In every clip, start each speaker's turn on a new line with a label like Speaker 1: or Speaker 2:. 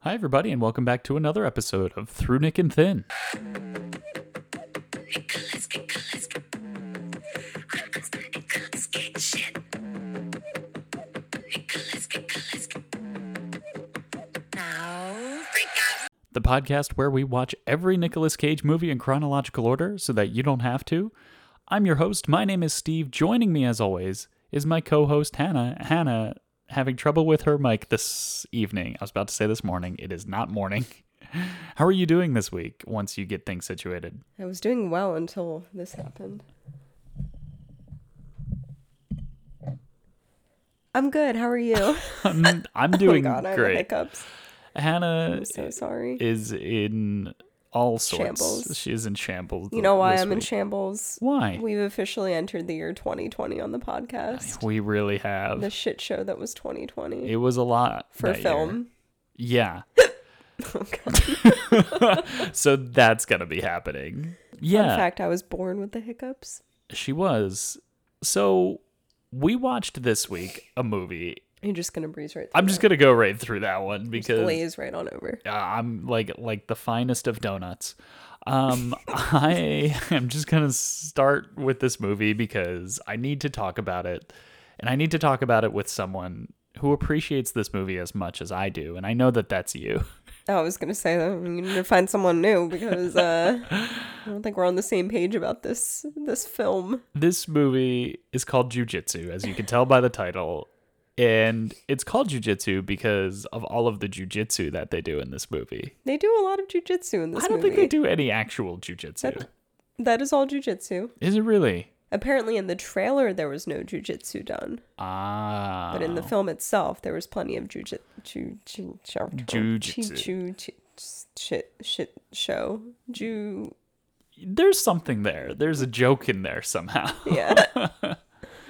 Speaker 1: Hi, everybody, and welcome back to another episode of Through Nick and Thin. The podcast where we watch every Nicolas Cage movie in chronological order so that you don't have to. I'm your host. My name is Steve. Joining me, as always, is my co host, Hannah. Hannah, having trouble with her mic this evening. I was about to say this morning. It is not morning. How are you doing this week once you get things situated?
Speaker 2: I was doing well until this happened. I'm good. How are you?
Speaker 1: I'm, I'm
Speaker 2: oh my
Speaker 1: doing
Speaker 2: god, I have
Speaker 1: great.
Speaker 2: hiccups.
Speaker 1: Hannah
Speaker 2: I'm so sorry.
Speaker 1: is in all sorts.
Speaker 2: Shambles.
Speaker 1: She is in shambles.
Speaker 2: you know why
Speaker 1: this
Speaker 2: I'm in
Speaker 1: week.
Speaker 2: shambles?
Speaker 1: Why?
Speaker 2: We've officially entered the year 2020 on the podcast.
Speaker 1: We really have.
Speaker 2: The shit show that was 2020
Speaker 1: it was a lot
Speaker 2: for
Speaker 1: that year.
Speaker 2: film.
Speaker 1: Yeah.
Speaker 2: Oh god.
Speaker 1: So that's gonna be happening. Yeah.
Speaker 2: In fact, I was born with the hiccups.
Speaker 1: She was. So we watched this week a movie.
Speaker 2: You're just gonna breeze right. Through
Speaker 1: I'm just gonna go right through that one
Speaker 2: that.
Speaker 1: because
Speaker 2: blaze right on over.
Speaker 1: uh, I'm like like the finest of donuts. Um, I am just gonna start with this movie because I need to talk about it, and I need to talk about it with someone who appreciates this movie as much as I do, and I know that that's you.
Speaker 2: Oh, I was gonna say that we need to find someone new because uh, I don't think we're on the same page about this this film.
Speaker 1: This movie is called Jujitsu, as you can tell by the title. And it's called jujitsu because of all of the jujitsu that they do in this movie.
Speaker 2: They do a lot of jujitsu in this
Speaker 1: I don't
Speaker 2: movie.
Speaker 1: think they do any actual jujitsu.
Speaker 2: That is all jujitsu.
Speaker 1: Is it really?
Speaker 2: Apparently, in the trailer there was no jujitsu done,
Speaker 1: Ah.
Speaker 2: but in the film itself there was plenty of jujitsu. Ju- ju- ju-
Speaker 1: Jujitsu.
Speaker 2: ju- ju- Shit, shit, show. Ju.
Speaker 1: there's something there. There's a joke in there somehow.
Speaker 2: Yeah.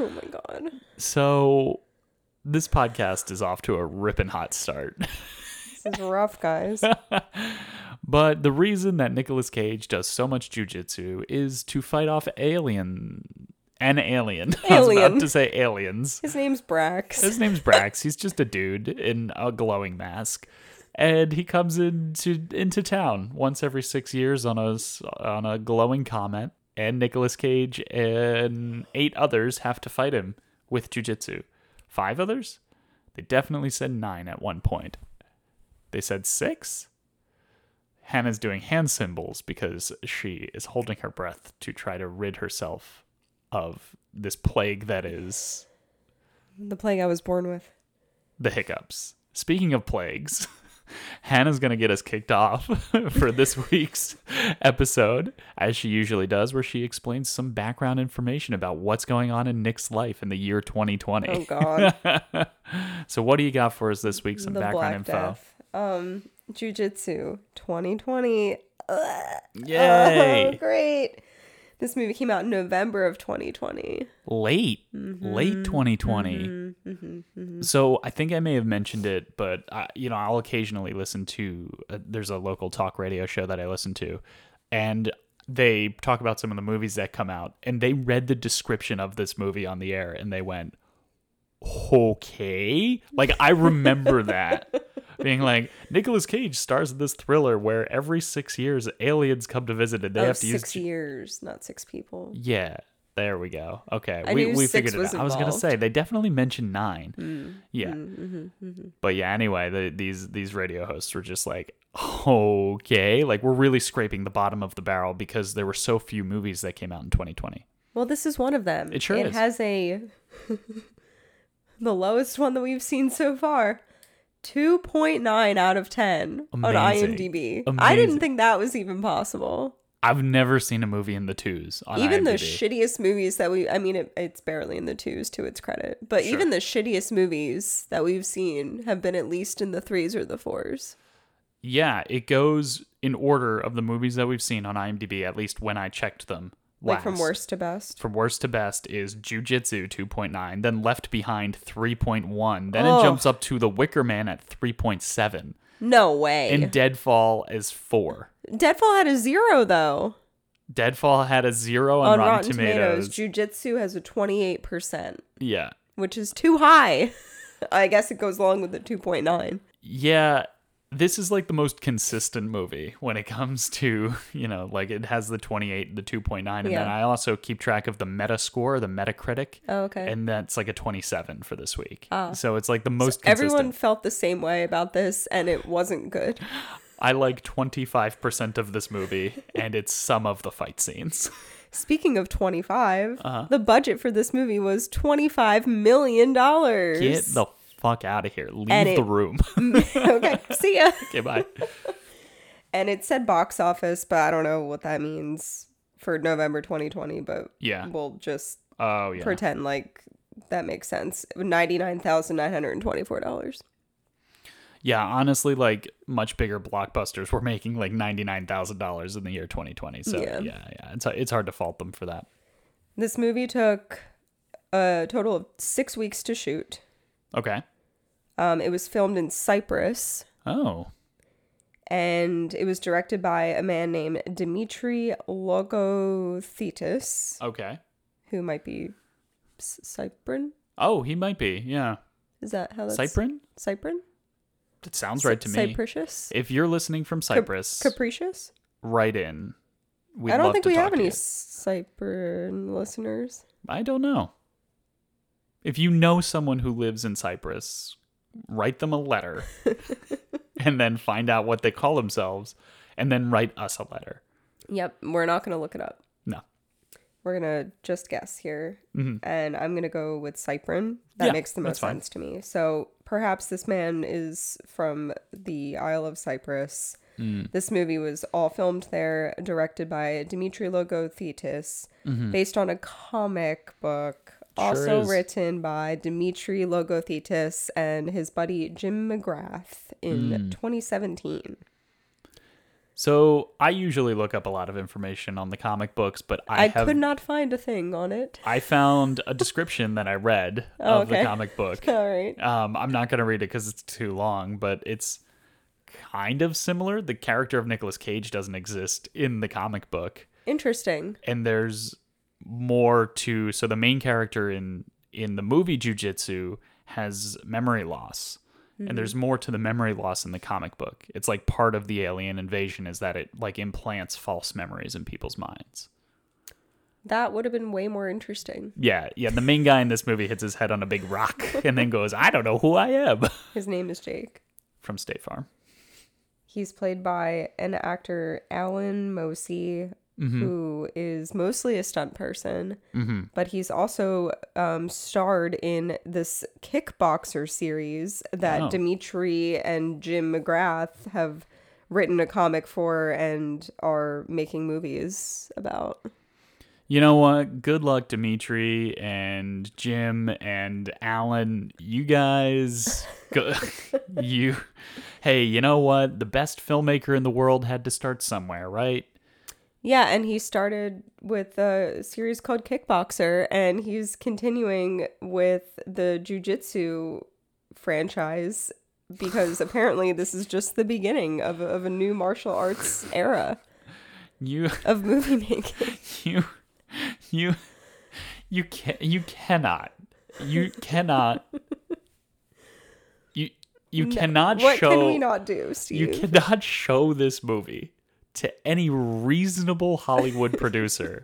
Speaker 2: oh my god.
Speaker 1: So this podcast is off to a ripping hot start.
Speaker 2: This is rough, guys.
Speaker 1: But the reason that Nicolas Cage does so much jujitsu is to fight off alien an alien. I was about
Speaker 2: Alien.
Speaker 1: to say aliens.
Speaker 2: His name's Brax.
Speaker 1: His name's Brax. He's just a dude in a glowing mask, and he comes into into town once every six years on a s- on a glowing comet. And Nicolas Cage and eight others have to fight him with jujitsu. Five others? They definitely said nine at one point. They said six. Hannah's doing hand symbols because she is holding her breath to try to rid herself of this plague that is
Speaker 2: The plague I was born with.
Speaker 1: the hiccups. Speaking of plagues, Hannah's going to get us kicked off for this week's episode, as she usually does, where she explains some background information about what's going on in Nick's life in the year 2020.
Speaker 2: Oh god.
Speaker 1: So, what do you got for us this week? Some
Speaker 2: the
Speaker 1: background
Speaker 2: Black
Speaker 1: info.
Speaker 2: Death. Um, Jujitsu 2020. Ugh.
Speaker 1: Yay!
Speaker 2: Oh, great. This movie came out in November of 2020.
Speaker 1: late late
Speaker 2: Mm-hmm.
Speaker 1: 2020 so i think i may have mentioned it but I, you know i'll occasionally listen to uh, there's a local talk radio show that i listen to and they talk about some of the movies that come out and they read the description of this movie on the air and they went okay like i remember that being like Nicolas Cage stars in this thriller where every 6 years aliens come to visit and they
Speaker 2: oh,
Speaker 1: have to use
Speaker 2: six years, not six people.
Speaker 1: yeah, there we go. Okay,
Speaker 2: I
Speaker 1: we,
Speaker 2: knew
Speaker 1: we
Speaker 2: six
Speaker 1: figured it out.
Speaker 2: was
Speaker 1: I was gonna
Speaker 2: involved. Hmm.
Speaker 1: say they definitely mentioned nine. yeah,
Speaker 2: Mm-hmm,
Speaker 1: but yeah. Anyway, the, these these radio hosts were just like, okay, like we're really scraping the bottom of the barrel because there were so few movies that came out in 2020.
Speaker 2: Well, this is one of them.
Speaker 1: It sure
Speaker 2: It
Speaker 1: is.
Speaker 2: has a the lowest one that we've seen so far. 2.9 out of 10 on
Speaker 1: Amazing.
Speaker 2: IMDb. I didn't
Speaker 1: Amazing.
Speaker 2: think that was even possible.
Speaker 1: I've never seen a movie in the twos. On
Speaker 2: even
Speaker 1: IMDb.
Speaker 2: the shittiest movies that we i mean it, it's barely in the twos to its credit but
Speaker 1: Sure.
Speaker 2: even the shittiest movies that we've seen have been at least in the threes or the fours
Speaker 1: Yeah, it goes in order of the movies that we've seen on IMDb. At least when I checked them,
Speaker 2: like from
Speaker 1: last.
Speaker 2: worst to best
Speaker 1: from worst to best is Jujitsu 2.9, then Left Behind 3.1, then it
Speaker 2: Oh.
Speaker 1: jumps up to The Wicker Man at 3.7,
Speaker 2: no way
Speaker 1: and Deadfall is 4.
Speaker 2: deadfall had a zero though
Speaker 1: Deadfall had a zero on,
Speaker 2: on
Speaker 1: Rotten,
Speaker 2: rotten tomatoes.
Speaker 1: Tomatoes.
Speaker 2: jujitsu has a 28%
Speaker 1: yeah.
Speaker 2: which is too high i guess it goes along with the 2.9
Speaker 1: Yeah, this is like the most consistent movie when it comes to you know like it has the 28 the 2.9 and then
Speaker 2: Yeah.
Speaker 1: i also keep track of the meta score the metacritic
Speaker 2: Oh, okay.
Speaker 1: and that's like a 27 for this week Ah. so it's like the most consistent
Speaker 2: Everyone felt the same way about this, and it wasn't good.
Speaker 1: i like 25% of this movie and it's some of the fight scenes
Speaker 2: Speaking of 25,
Speaker 1: Uh-huh.
Speaker 2: the budget for this movie was $25 million.
Speaker 1: get the fuck out of here leave
Speaker 2: And
Speaker 1: the
Speaker 2: it-
Speaker 1: room
Speaker 2: okay, see ya.
Speaker 1: okay bye
Speaker 2: And it said box office, but I don't know what that means for November 2020, but
Speaker 1: Yeah.
Speaker 2: we'll just
Speaker 1: oh yeah
Speaker 2: pretend like that makes sense. $99,924.
Speaker 1: yeah honestly like much bigger blockbusters were making like $99000 in the year 2020 so yeah
Speaker 2: Yeah.
Speaker 1: yeah, yeah. It's, it's hard to fault them for that
Speaker 2: This movie took a total of six weeks to shoot.
Speaker 1: okay
Speaker 2: Um, it was filmed in Cyprus
Speaker 1: Oh,
Speaker 2: and it was directed by a man named Dimitri Logothetis,
Speaker 1: okay.
Speaker 2: who might be S- Cyprin.
Speaker 1: Oh, he might be. Yeah.
Speaker 2: Is that how Oh, that's
Speaker 1: Cyprin?
Speaker 2: Cyprin?
Speaker 1: That sounds right to me.
Speaker 2: Cypricious?
Speaker 1: If you're listening from
Speaker 2: Cap-
Speaker 1: Cyprus,
Speaker 2: capricious?
Speaker 1: write in. We'd
Speaker 2: I don't
Speaker 1: love
Speaker 2: think
Speaker 1: to
Speaker 2: we
Speaker 1: talk
Speaker 2: have
Speaker 1: to
Speaker 2: any
Speaker 1: you.
Speaker 2: Cyprin listeners.
Speaker 1: I don't know. If you know someone who lives in Cyprus, write them a letter and then find out what they call themselves and then write us a letter.
Speaker 2: Yep, we're not going to look it up.
Speaker 1: No.
Speaker 2: We're going to just guess here.
Speaker 1: Mhm.
Speaker 2: And I'm going to go with Cyprin. That
Speaker 1: Yeah,
Speaker 2: makes the
Speaker 1: that's
Speaker 2: most
Speaker 1: fine.
Speaker 2: sense to me. So perhaps this man is from the Isle of Cyprus.
Speaker 1: Mm.
Speaker 2: This movie was all filmed there, directed by Dimitri Logothetis, based on a comic book.
Speaker 1: Mm-hmm. Sure
Speaker 2: also
Speaker 1: is.
Speaker 2: written by Dimitri Logothetis and his buddy Jim McGrath in
Speaker 1: Mm.
Speaker 2: 2017.
Speaker 1: So I usually look up a lot of information on the comic books, but I,
Speaker 2: I,
Speaker 1: have
Speaker 2: could not find a thing on it.
Speaker 1: I found a description that I read
Speaker 2: Oh,
Speaker 1: of the
Speaker 2: okay.
Speaker 1: comic book.
Speaker 2: All right.
Speaker 1: Um, I'm not going to read it because it's too long, but it's kind of similar. The character of Nicolas Cage doesn't exist in the comic book,
Speaker 2: Interesting.
Speaker 1: and there's more to. So the main character in in the movie Jujitsu has memory loss, and there's more to the memory loss in the comic book. It's like part of the alien invasion is that it like implants false memories in people's minds.
Speaker 2: That would have been way more interesting.
Speaker 1: Yeah, yeah. The main guy in this movie hits his head on a big rock and then goes, "I don't know who I am,"
Speaker 2: His name is Jake.
Speaker 1: from State Farm.
Speaker 2: He's played by an actor, Alan Mosey, who is mostly a stunt person, but he's also um, starred in this kickboxer series that
Speaker 1: Oh.
Speaker 2: Dimitri and Jim McGrath have written a comic for and are making movies about.
Speaker 1: You know what? Good luck, Dimitri and Jim and Alan. You guys, go, you. Hey, you know what? The best filmmaker in the world had to start somewhere, right?
Speaker 2: Yeah, and he started with a series called Kickboxer, and he's continuing with the jujitsu franchise because apparently this is just the beginning of, of a new martial arts era
Speaker 1: You,
Speaker 2: of movie making.
Speaker 1: you, you, you can, you cannot, you cannot, you, you cannot
Speaker 2: what
Speaker 1: show.
Speaker 2: can we not do,
Speaker 1: You
Speaker 2: Steve?
Speaker 1: cannot show this movie to any reasonable Hollywood producer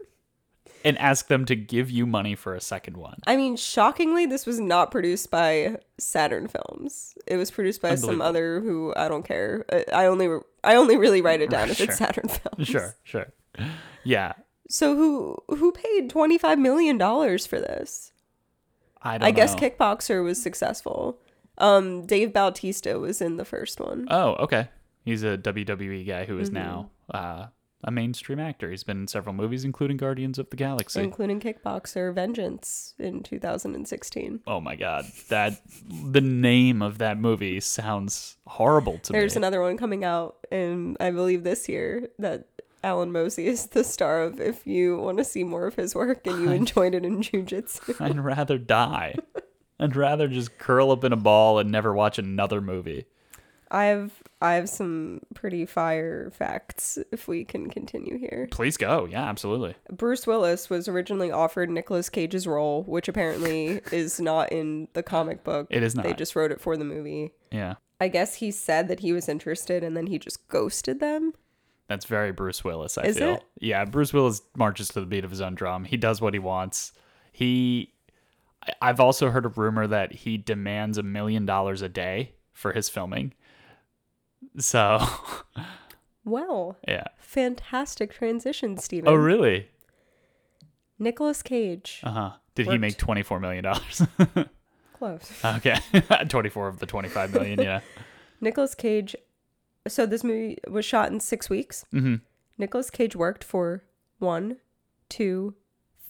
Speaker 1: and ask them to give you money for a second one.
Speaker 2: I mean, shockingly, this was not produced by Saturn Films. It was produced by some
Speaker 1: Unbelievable.
Speaker 2: other who I don't care. I- I only I only really write it down if
Speaker 1: Sure.
Speaker 2: it's Saturn Films.
Speaker 1: Sure, sure. Yeah,
Speaker 2: So who who paid twenty five million dollars for this?
Speaker 1: I don't
Speaker 2: I guess
Speaker 1: know.
Speaker 2: Kickboxer was successful. Um, Dave Bautista was in the first one.
Speaker 1: Oh, okay. He's a WWE guy who is now
Speaker 2: Mm-hmm.
Speaker 1: uh, a mainstream actor. He's been in several movies, including Guardians of the Galaxy.
Speaker 2: Including Kickboxer Vengeance in 2016.
Speaker 1: oh my god, that the name of that movie sounds horrible to
Speaker 2: There's
Speaker 1: me.
Speaker 2: another one coming out, in I believe this year that Alan Mosey is the star of. If you want to see more of his work and you enjoyed it in jujitsu,
Speaker 1: I'd rather die. I'd rather just curl up in a ball and never watch another movie.
Speaker 2: I have I have some pretty fire facts. If we can continue here,
Speaker 1: Please go. Yeah, absolutely.
Speaker 2: Bruce Willis was originally offered Nicolas Cage's role, which apparently is not in the comic book.
Speaker 1: It is not.
Speaker 2: They just wrote it for the movie.
Speaker 1: Yeah.
Speaker 2: I guess he said that he was interested and then he just ghosted them.
Speaker 1: That's very Bruce Willis, I
Speaker 2: Is
Speaker 1: feel.
Speaker 2: it?
Speaker 1: Yeah, Bruce Willis marches to the beat of his own drum. He does what he wants. He I- I've also heard a rumor that he demands a million dollars a day for his filming. So,
Speaker 2: Well,
Speaker 1: yeah.
Speaker 2: fantastic transition, Steven.
Speaker 1: Oh, really?
Speaker 2: Nicholas Cage.
Speaker 1: Uh-huh. Did he
Speaker 2: Worked.
Speaker 1: make 24 million dollars?
Speaker 2: Close.
Speaker 1: okay. 24 of the 25 million, yeah.
Speaker 2: Nicholas Cage. So this movie was shot in six weeks.
Speaker 1: Mhm.
Speaker 2: Nicholas Cage worked for one, two,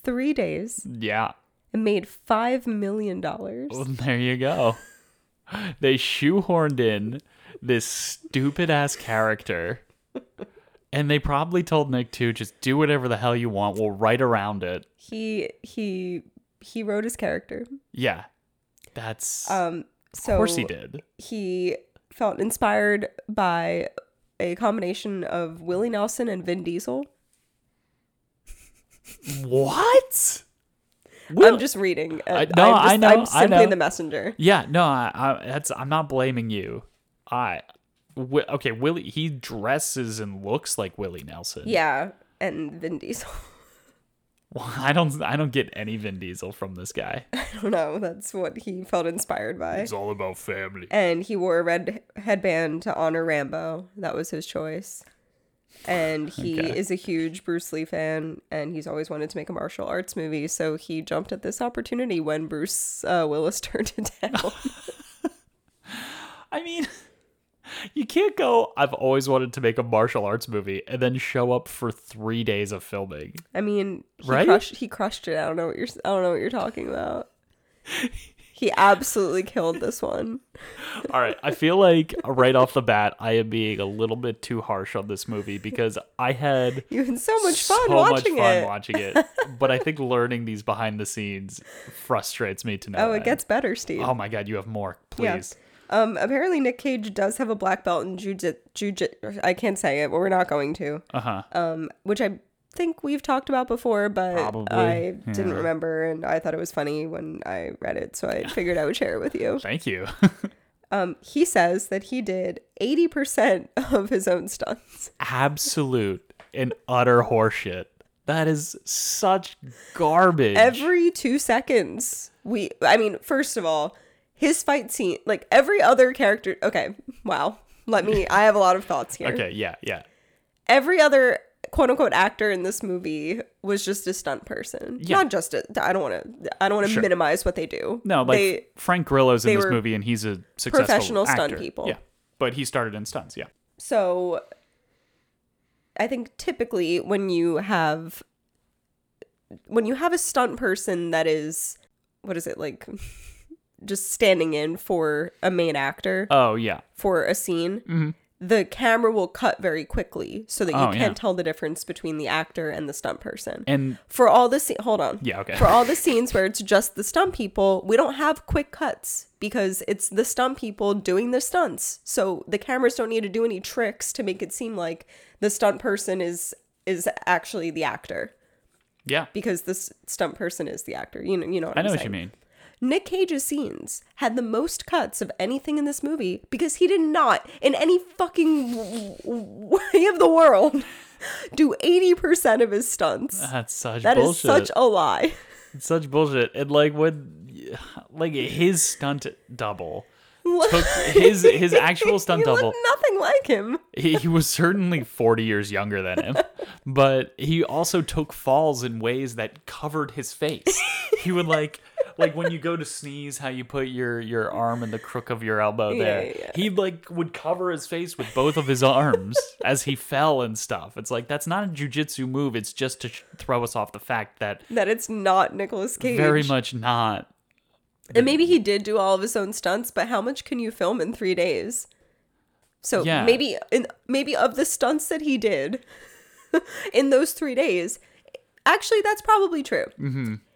Speaker 2: three days
Speaker 1: Yeah.
Speaker 2: and made five million dollars.
Speaker 1: Well, there you go. They shoehorned in this stupid ass character. And they probably told Nick too, just do whatever the hell you want. We'll write around it.
Speaker 2: He he he wrote his character.
Speaker 1: Yeah. That's
Speaker 2: Um, so
Speaker 1: of course he did.
Speaker 2: he felt inspired by a combination of Willie Nelson and Vin Diesel.
Speaker 1: What?
Speaker 2: I'm just reading.
Speaker 1: I-
Speaker 2: I'm
Speaker 1: no,
Speaker 2: just-
Speaker 1: I know, I
Speaker 2: I'm simply
Speaker 1: know.
Speaker 2: the messenger.
Speaker 1: Yeah, no, I, I that's I'm not blaming you. I wi- okay, Willie he dresses and looks like Willie Nelson.
Speaker 2: Yeah, and Vin Diesel.
Speaker 1: Well, I don't I don't get any Vin Diesel from this guy.
Speaker 2: I don't know. That's what he felt inspired by.
Speaker 1: all about family.
Speaker 2: And he wore a red headband to honor Rambo. That was his choice. And he
Speaker 1: Okay.
Speaker 2: is a huge Bruce Lee fan, and he's always wanted to make a martial arts movie. So he jumped at this opportunity when Bruce uh, Willis turned it down.
Speaker 1: I mean, you can't go, I've always wanted to make a martial arts movie and then show up for three days of filming.
Speaker 2: I mean, he
Speaker 1: Right?
Speaker 2: crushed. He crushed it. I don't know what you're. I don't know what you're talking about. He absolutely killed this one.
Speaker 1: All right. I feel like right off the bat, I am being a little bit too harsh on this movie because I had
Speaker 2: You had so much fun
Speaker 1: so
Speaker 2: watching
Speaker 1: much fun
Speaker 2: it.
Speaker 1: watching it. But I think learning these behind the scenes frustrates me to no
Speaker 2: oh, it
Speaker 1: end.
Speaker 2: gets better, Steve.
Speaker 1: Oh my God, you have more,
Speaker 2: Yeah.
Speaker 1: please.
Speaker 2: Um, apparently Nick Cage does have a black belt in jujitsu. I can't say it, but we're not going to.
Speaker 1: Uh huh.
Speaker 2: Um, which I think we've talked about before, but
Speaker 1: Probably,
Speaker 2: I didn't
Speaker 1: yeah.
Speaker 2: remember, and I thought it was funny when I read it, so I figured I would share it with you.
Speaker 1: Thank you.
Speaker 2: Um, he says that he did eighty percent of his own stunts.
Speaker 1: Absolute and utter horseshit. That is such garbage.
Speaker 2: every two seconds we i mean first of all his fight scene like every other character okay wow let me i have a lot of thoughts here
Speaker 1: okay. Yeah. Yeah.
Speaker 2: every other quote-unquote actor in this movie was just a stunt person
Speaker 1: Yeah.
Speaker 2: not just a, i don't want to i don't want to
Speaker 1: Sure.
Speaker 2: minimize what they do
Speaker 1: No, like
Speaker 2: they
Speaker 1: Frank Grillo's in
Speaker 2: they
Speaker 1: this
Speaker 2: were
Speaker 1: movie, and he's a successful
Speaker 2: professional stunt
Speaker 1: actor.
Speaker 2: people.
Speaker 1: Yeah, but he started in stunts. Yeah,
Speaker 2: So I think typically when you have when you have a stunt person that is what is it like just standing in for a main actor
Speaker 1: Oh yeah.
Speaker 2: for a scene,
Speaker 1: Mhm.
Speaker 2: the camera will cut very quickly so that you
Speaker 1: Oh,
Speaker 2: can't
Speaker 1: yeah.
Speaker 2: tell the difference between the actor and the stunt person.
Speaker 1: And
Speaker 2: for all the scene, hold on.
Speaker 1: Yeah, okay.
Speaker 2: For all the scenes where it's just the stunt people, we don't have quick cuts because it's the stunt people doing the stunts. So the cameras don't need to do any tricks to make it seem like the stunt person is is actually the actor
Speaker 1: yeah,
Speaker 2: because this stunt person is the actor. You know, you know what
Speaker 1: I know
Speaker 2: am
Speaker 1: what
Speaker 2: saying.
Speaker 1: you mean.
Speaker 2: Nick Cage's scenes had the most cuts of anything in this movie because he did not, in any fucking w- w- way of the world, do 80% of his stunts.
Speaker 1: That's such
Speaker 2: That is
Speaker 1: Uh, bullshit.
Speaker 2: such a lie.
Speaker 1: It's such bullshit. And like when, like his stunt double took his his actual stunt
Speaker 2: he looked
Speaker 1: double.
Speaker 2: nothing like him.
Speaker 1: He, he was certainly forty years younger than him, but he also took falls in ways that covered his face. He would like. Like when you go to sneeze, how you put your your arm in the crook of your elbow
Speaker 2: Yeah,
Speaker 1: there.
Speaker 2: yeah, yeah.
Speaker 1: he like would cover his face with both of his arms as he fell and stuff. It's like that's not a jujitsu move. It's just to sh- throw us off the fact that
Speaker 2: That it's not Nicolas Cage.
Speaker 1: very much not.
Speaker 2: And maybe he did do all of his own stunts, but how much can you film in three days? So
Speaker 1: Yeah.
Speaker 2: maybe in maybe of the stunts that he did in those three days, actually that's probably true.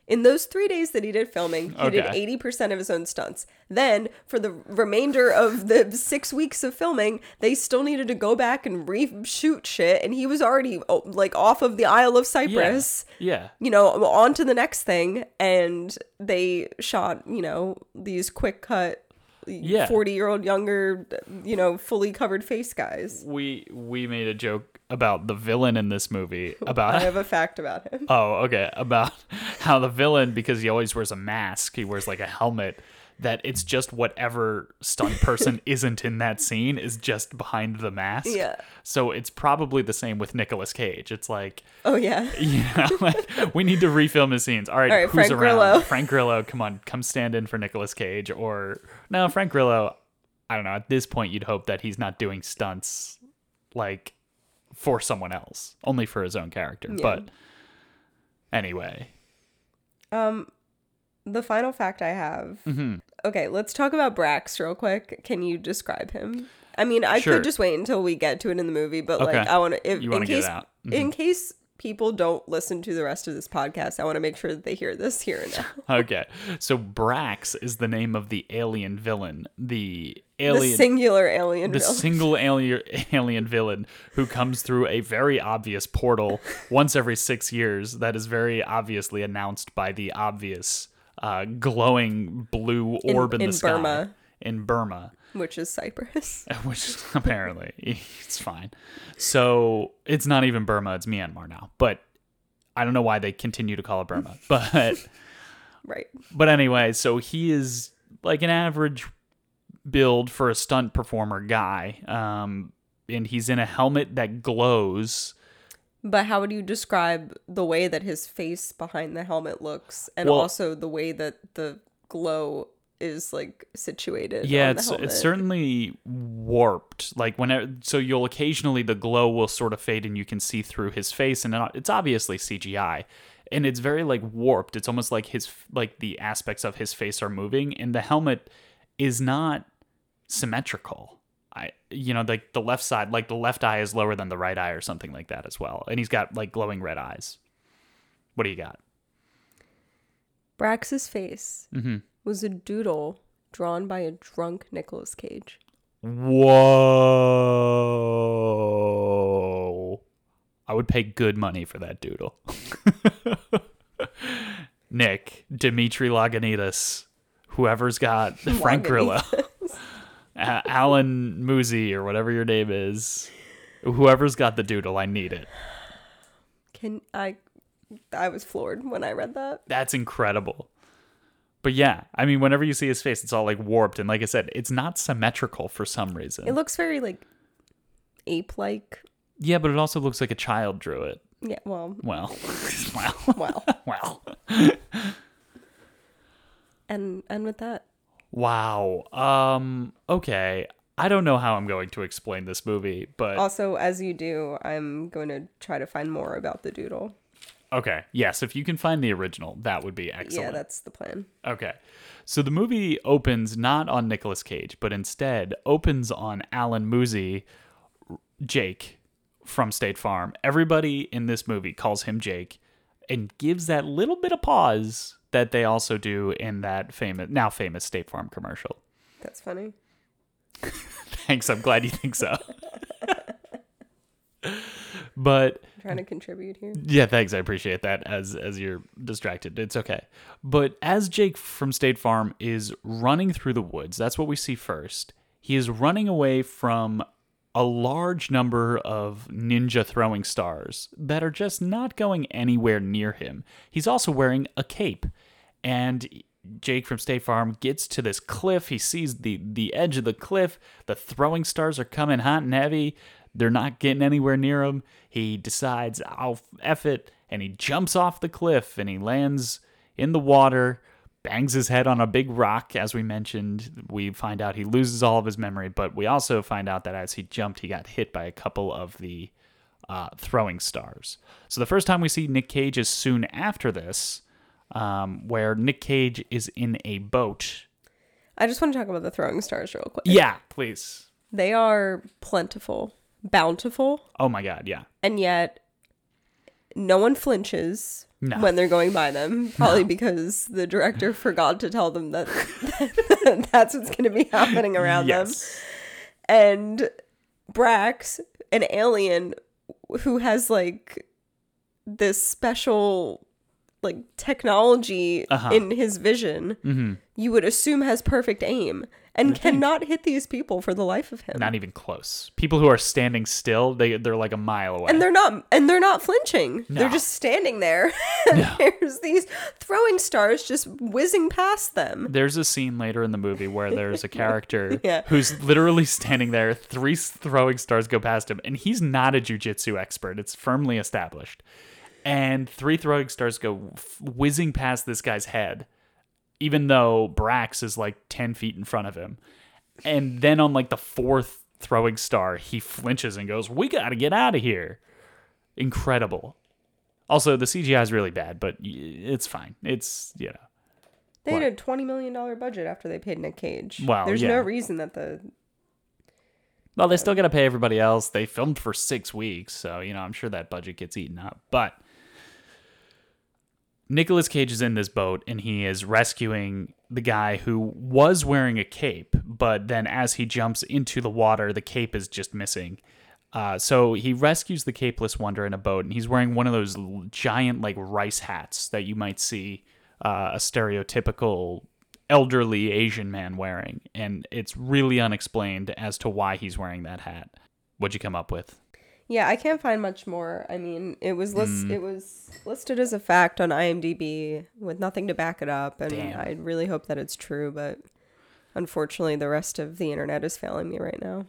Speaker 2: In those three days that he did filming, he did
Speaker 1: Mm-hmm. Okay.
Speaker 2: eighty percent of his own stunts. Then for the remainder of the six weeks of filming, they still needed to go back and reshoot shit, and he was already oh, like off of the Isle of Cyprus
Speaker 1: Yeah.
Speaker 2: you know, on to the next thing. And they shot, you know, these quick cut
Speaker 1: Yeah.
Speaker 2: 40 year old younger you know fully covered face guys
Speaker 1: We we made a joke about the villain in this movie
Speaker 2: i
Speaker 1: about
Speaker 2: have a fact about him
Speaker 1: Oh, okay. About how the villain, because he always wears a mask, he wears like a helmet, that it's just whatever stunt person isn't in that scene is just behind the mask.
Speaker 2: Yeah.
Speaker 1: So it's probably the same with Nicolas Cage. It's like,
Speaker 2: oh yeah
Speaker 1: you know, like we need to refilm the scenes. All right,
Speaker 2: All right,
Speaker 1: who's
Speaker 2: Frank
Speaker 1: around?
Speaker 2: Grillo.
Speaker 1: Frank Grillo, come on, come stand in for Nicolas Cage. Or, no, Frank Grillo, I don't know. At this point, you'd hope that he's not doing stunts like for someone else, only for his own character.
Speaker 2: Yeah.
Speaker 1: But anyway,
Speaker 2: um the final fact i have
Speaker 1: Mm-hmm.
Speaker 2: okay let's talk about brax real quick can you describe him i mean i
Speaker 1: Sure.
Speaker 2: could just wait until we get to it in the movie but like
Speaker 1: Okay.
Speaker 2: i want to if
Speaker 1: You
Speaker 2: in
Speaker 1: wanna get it
Speaker 2: case
Speaker 1: out. Mm-hmm.
Speaker 2: in case people don't listen to the rest of this podcast i want to make sure that they hear this here and now
Speaker 1: okay. So Brax is the name of the alien villain. The alien.
Speaker 2: the singular alien
Speaker 1: the
Speaker 2: villain.
Speaker 1: single alien alien villain who comes through a very obvious portal once every six years that is very obviously announced by the obvious uh, glowing blue orb in,
Speaker 2: in
Speaker 1: the sky
Speaker 2: Burma.
Speaker 1: in Burma,
Speaker 2: which is cyprus
Speaker 1: which apparently it's fine. So it's not even Burma; it's Myanmar now. But I don't know why they continue to call it Burma, but.
Speaker 2: right
Speaker 1: But anyway, so he is like an average build for a stunt performer guy. Um, and he's in a helmet that glows.
Speaker 2: But how would you describe the way that his face behind the helmet looks and
Speaker 1: Well-
Speaker 2: also the way that the glow is like situated?
Speaker 1: yeah,
Speaker 2: on
Speaker 1: it's
Speaker 2: the helmet?
Speaker 1: it's certainly warped. Like whenever, so you'll occasionally the glow will sort of fade, and you can see through his face, and it- it's obviously CGI, and it's very like warped. It's almost like his like the aspects of his face are moving, and the helmet is not symmetrical. I you know like the left side, like the left eye is lower than the right eye or something like that as well, and he's got like glowing red eyes. What do you got?
Speaker 2: Brax's face
Speaker 1: Mm-hmm.
Speaker 2: was a doodle drawn by a drunk Nicolas Cage.
Speaker 1: Whoa. I would pay good money for that doodle. Nick, Dimitri Lagunitas, whoever's got Frank Grillo, A- Alan Muzi, or whatever your name is, whoever's got the doodle, I need it.
Speaker 2: Can I? I was floored when I read that.
Speaker 1: That's incredible. But yeah, I mean, whenever you see his face, it's all like warped. And like I said, it's not symmetrical for some reason.
Speaker 2: It looks very like ape-like.
Speaker 1: yeah, but it also looks like a child drew it.
Speaker 2: Yeah. Well.
Speaker 1: Well, well,
Speaker 2: Well.
Speaker 1: well.
Speaker 2: And and with that,
Speaker 1: Wow. Um. Okay. I don't know how I'm going to explain this movie, but
Speaker 2: also as you do, I'm going to try to find more about the doodle.
Speaker 1: okay. Yes, if you can find the original, that would be
Speaker 2: Yeah,
Speaker 1: excellent.
Speaker 2: that's the plan.
Speaker 1: Okay. So the movie opens not on Nicolas Cage, but instead opens on Alan Muzi, Jake from State Farm. Everybody in this movie calls him Jake and gives that little bit of pause that they also do in that famous now famous State Farm commercial.
Speaker 2: That's funny.
Speaker 1: Thanks. I'm glad you think so. but
Speaker 2: trying to contribute here.
Speaker 1: yeah, thanks. I appreciate that as as you're distracted. It's okay. But as Jake from State Farm is running through the woods, that's what we see first. He is running away from a large number of ninja throwing stars that are just not going anywhere near him. He's also wearing a cape. And Jake from State Farm gets to this cliff. He sees the the edge of the cliff. The throwing stars are coming hot and heavy. They're not getting anywhere near him. He decides, "I'll f it," and he jumps off the cliff and he lands in the water. Bangs his head on a big rock, as we mentioned. We find out he loses all of his memory, but we also find out that as he jumped, he got hit by a couple of the uh, throwing stars. So the first time we see Nick Cage is soon after this, um, where Nick Cage is in a boat.
Speaker 2: I just want to talk about the throwing stars real quick.
Speaker 1: Yeah, please.
Speaker 2: They are plentiful, bountiful,
Speaker 1: Oh my God, yeah.
Speaker 2: and yet no one flinches
Speaker 1: No.
Speaker 2: when they're going by them. Probably because the director forgot to tell them that that's what's going to be happening around them.
Speaker 1: yes.
Speaker 2: And Brax, an alien who has like this special like technology
Speaker 1: Uh-huh.
Speaker 2: in his vision,
Speaker 1: hmm
Speaker 2: you would assume has perfect aim and
Speaker 1: You'd think.
Speaker 2: cannot hit these people for the life of him.
Speaker 1: Not even close. People who are standing still, they they're like a mile away.
Speaker 2: and they're not and they're not flinching.
Speaker 1: No.
Speaker 2: They're just standing there.
Speaker 1: No.
Speaker 2: There's these throwing stars just whizzing past them.
Speaker 1: There's a scene later in the movie where there's a character
Speaker 2: Yeah.
Speaker 1: who's literally standing there, three s- throwing stars go past him, and he's not a jujitsu expert. It's firmly established. And three throwing stars go f- whizzing past this guy's head, even though Brax is like 10 feet in front of him. And then on like the fourth throwing star, he flinches and goes, We got to get out of here. Incredible. Also, the CGI is really bad, but y- it's fine. It's, you know.
Speaker 2: They
Speaker 1: What?
Speaker 2: had a twenty million dollar budget after they paid Nick Cage.
Speaker 1: Well,
Speaker 2: There's
Speaker 1: yeah.
Speaker 2: no reason that the
Speaker 1: Well, they still got to pay everybody else. They filmed for six weeks, so you know I'm sure that budget gets eaten up. But Nicolas Cage is in this boat and he is rescuing the guy who was wearing a cape, but then as he jumps into the water, the cape is just missing. Uh, so he rescues the capeless wonder in a boat, and he's wearing one of those l- giant like rice hats that you might see uh, a stereotypical elderly Asian man wearing, and it's really unexplained as to why he's wearing that hat. What'd you come up with?
Speaker 2: Yeah, I can't find much more. I mean, it was
Speaker 1: Mm.
Speaker 2: list- it was listed as a fact on IMDb with nothing to back it up, and
Speaker 1: Damn.
Speaker 2: I really hope that it's true. But unfortunately, the rest of the internet is failing me right now.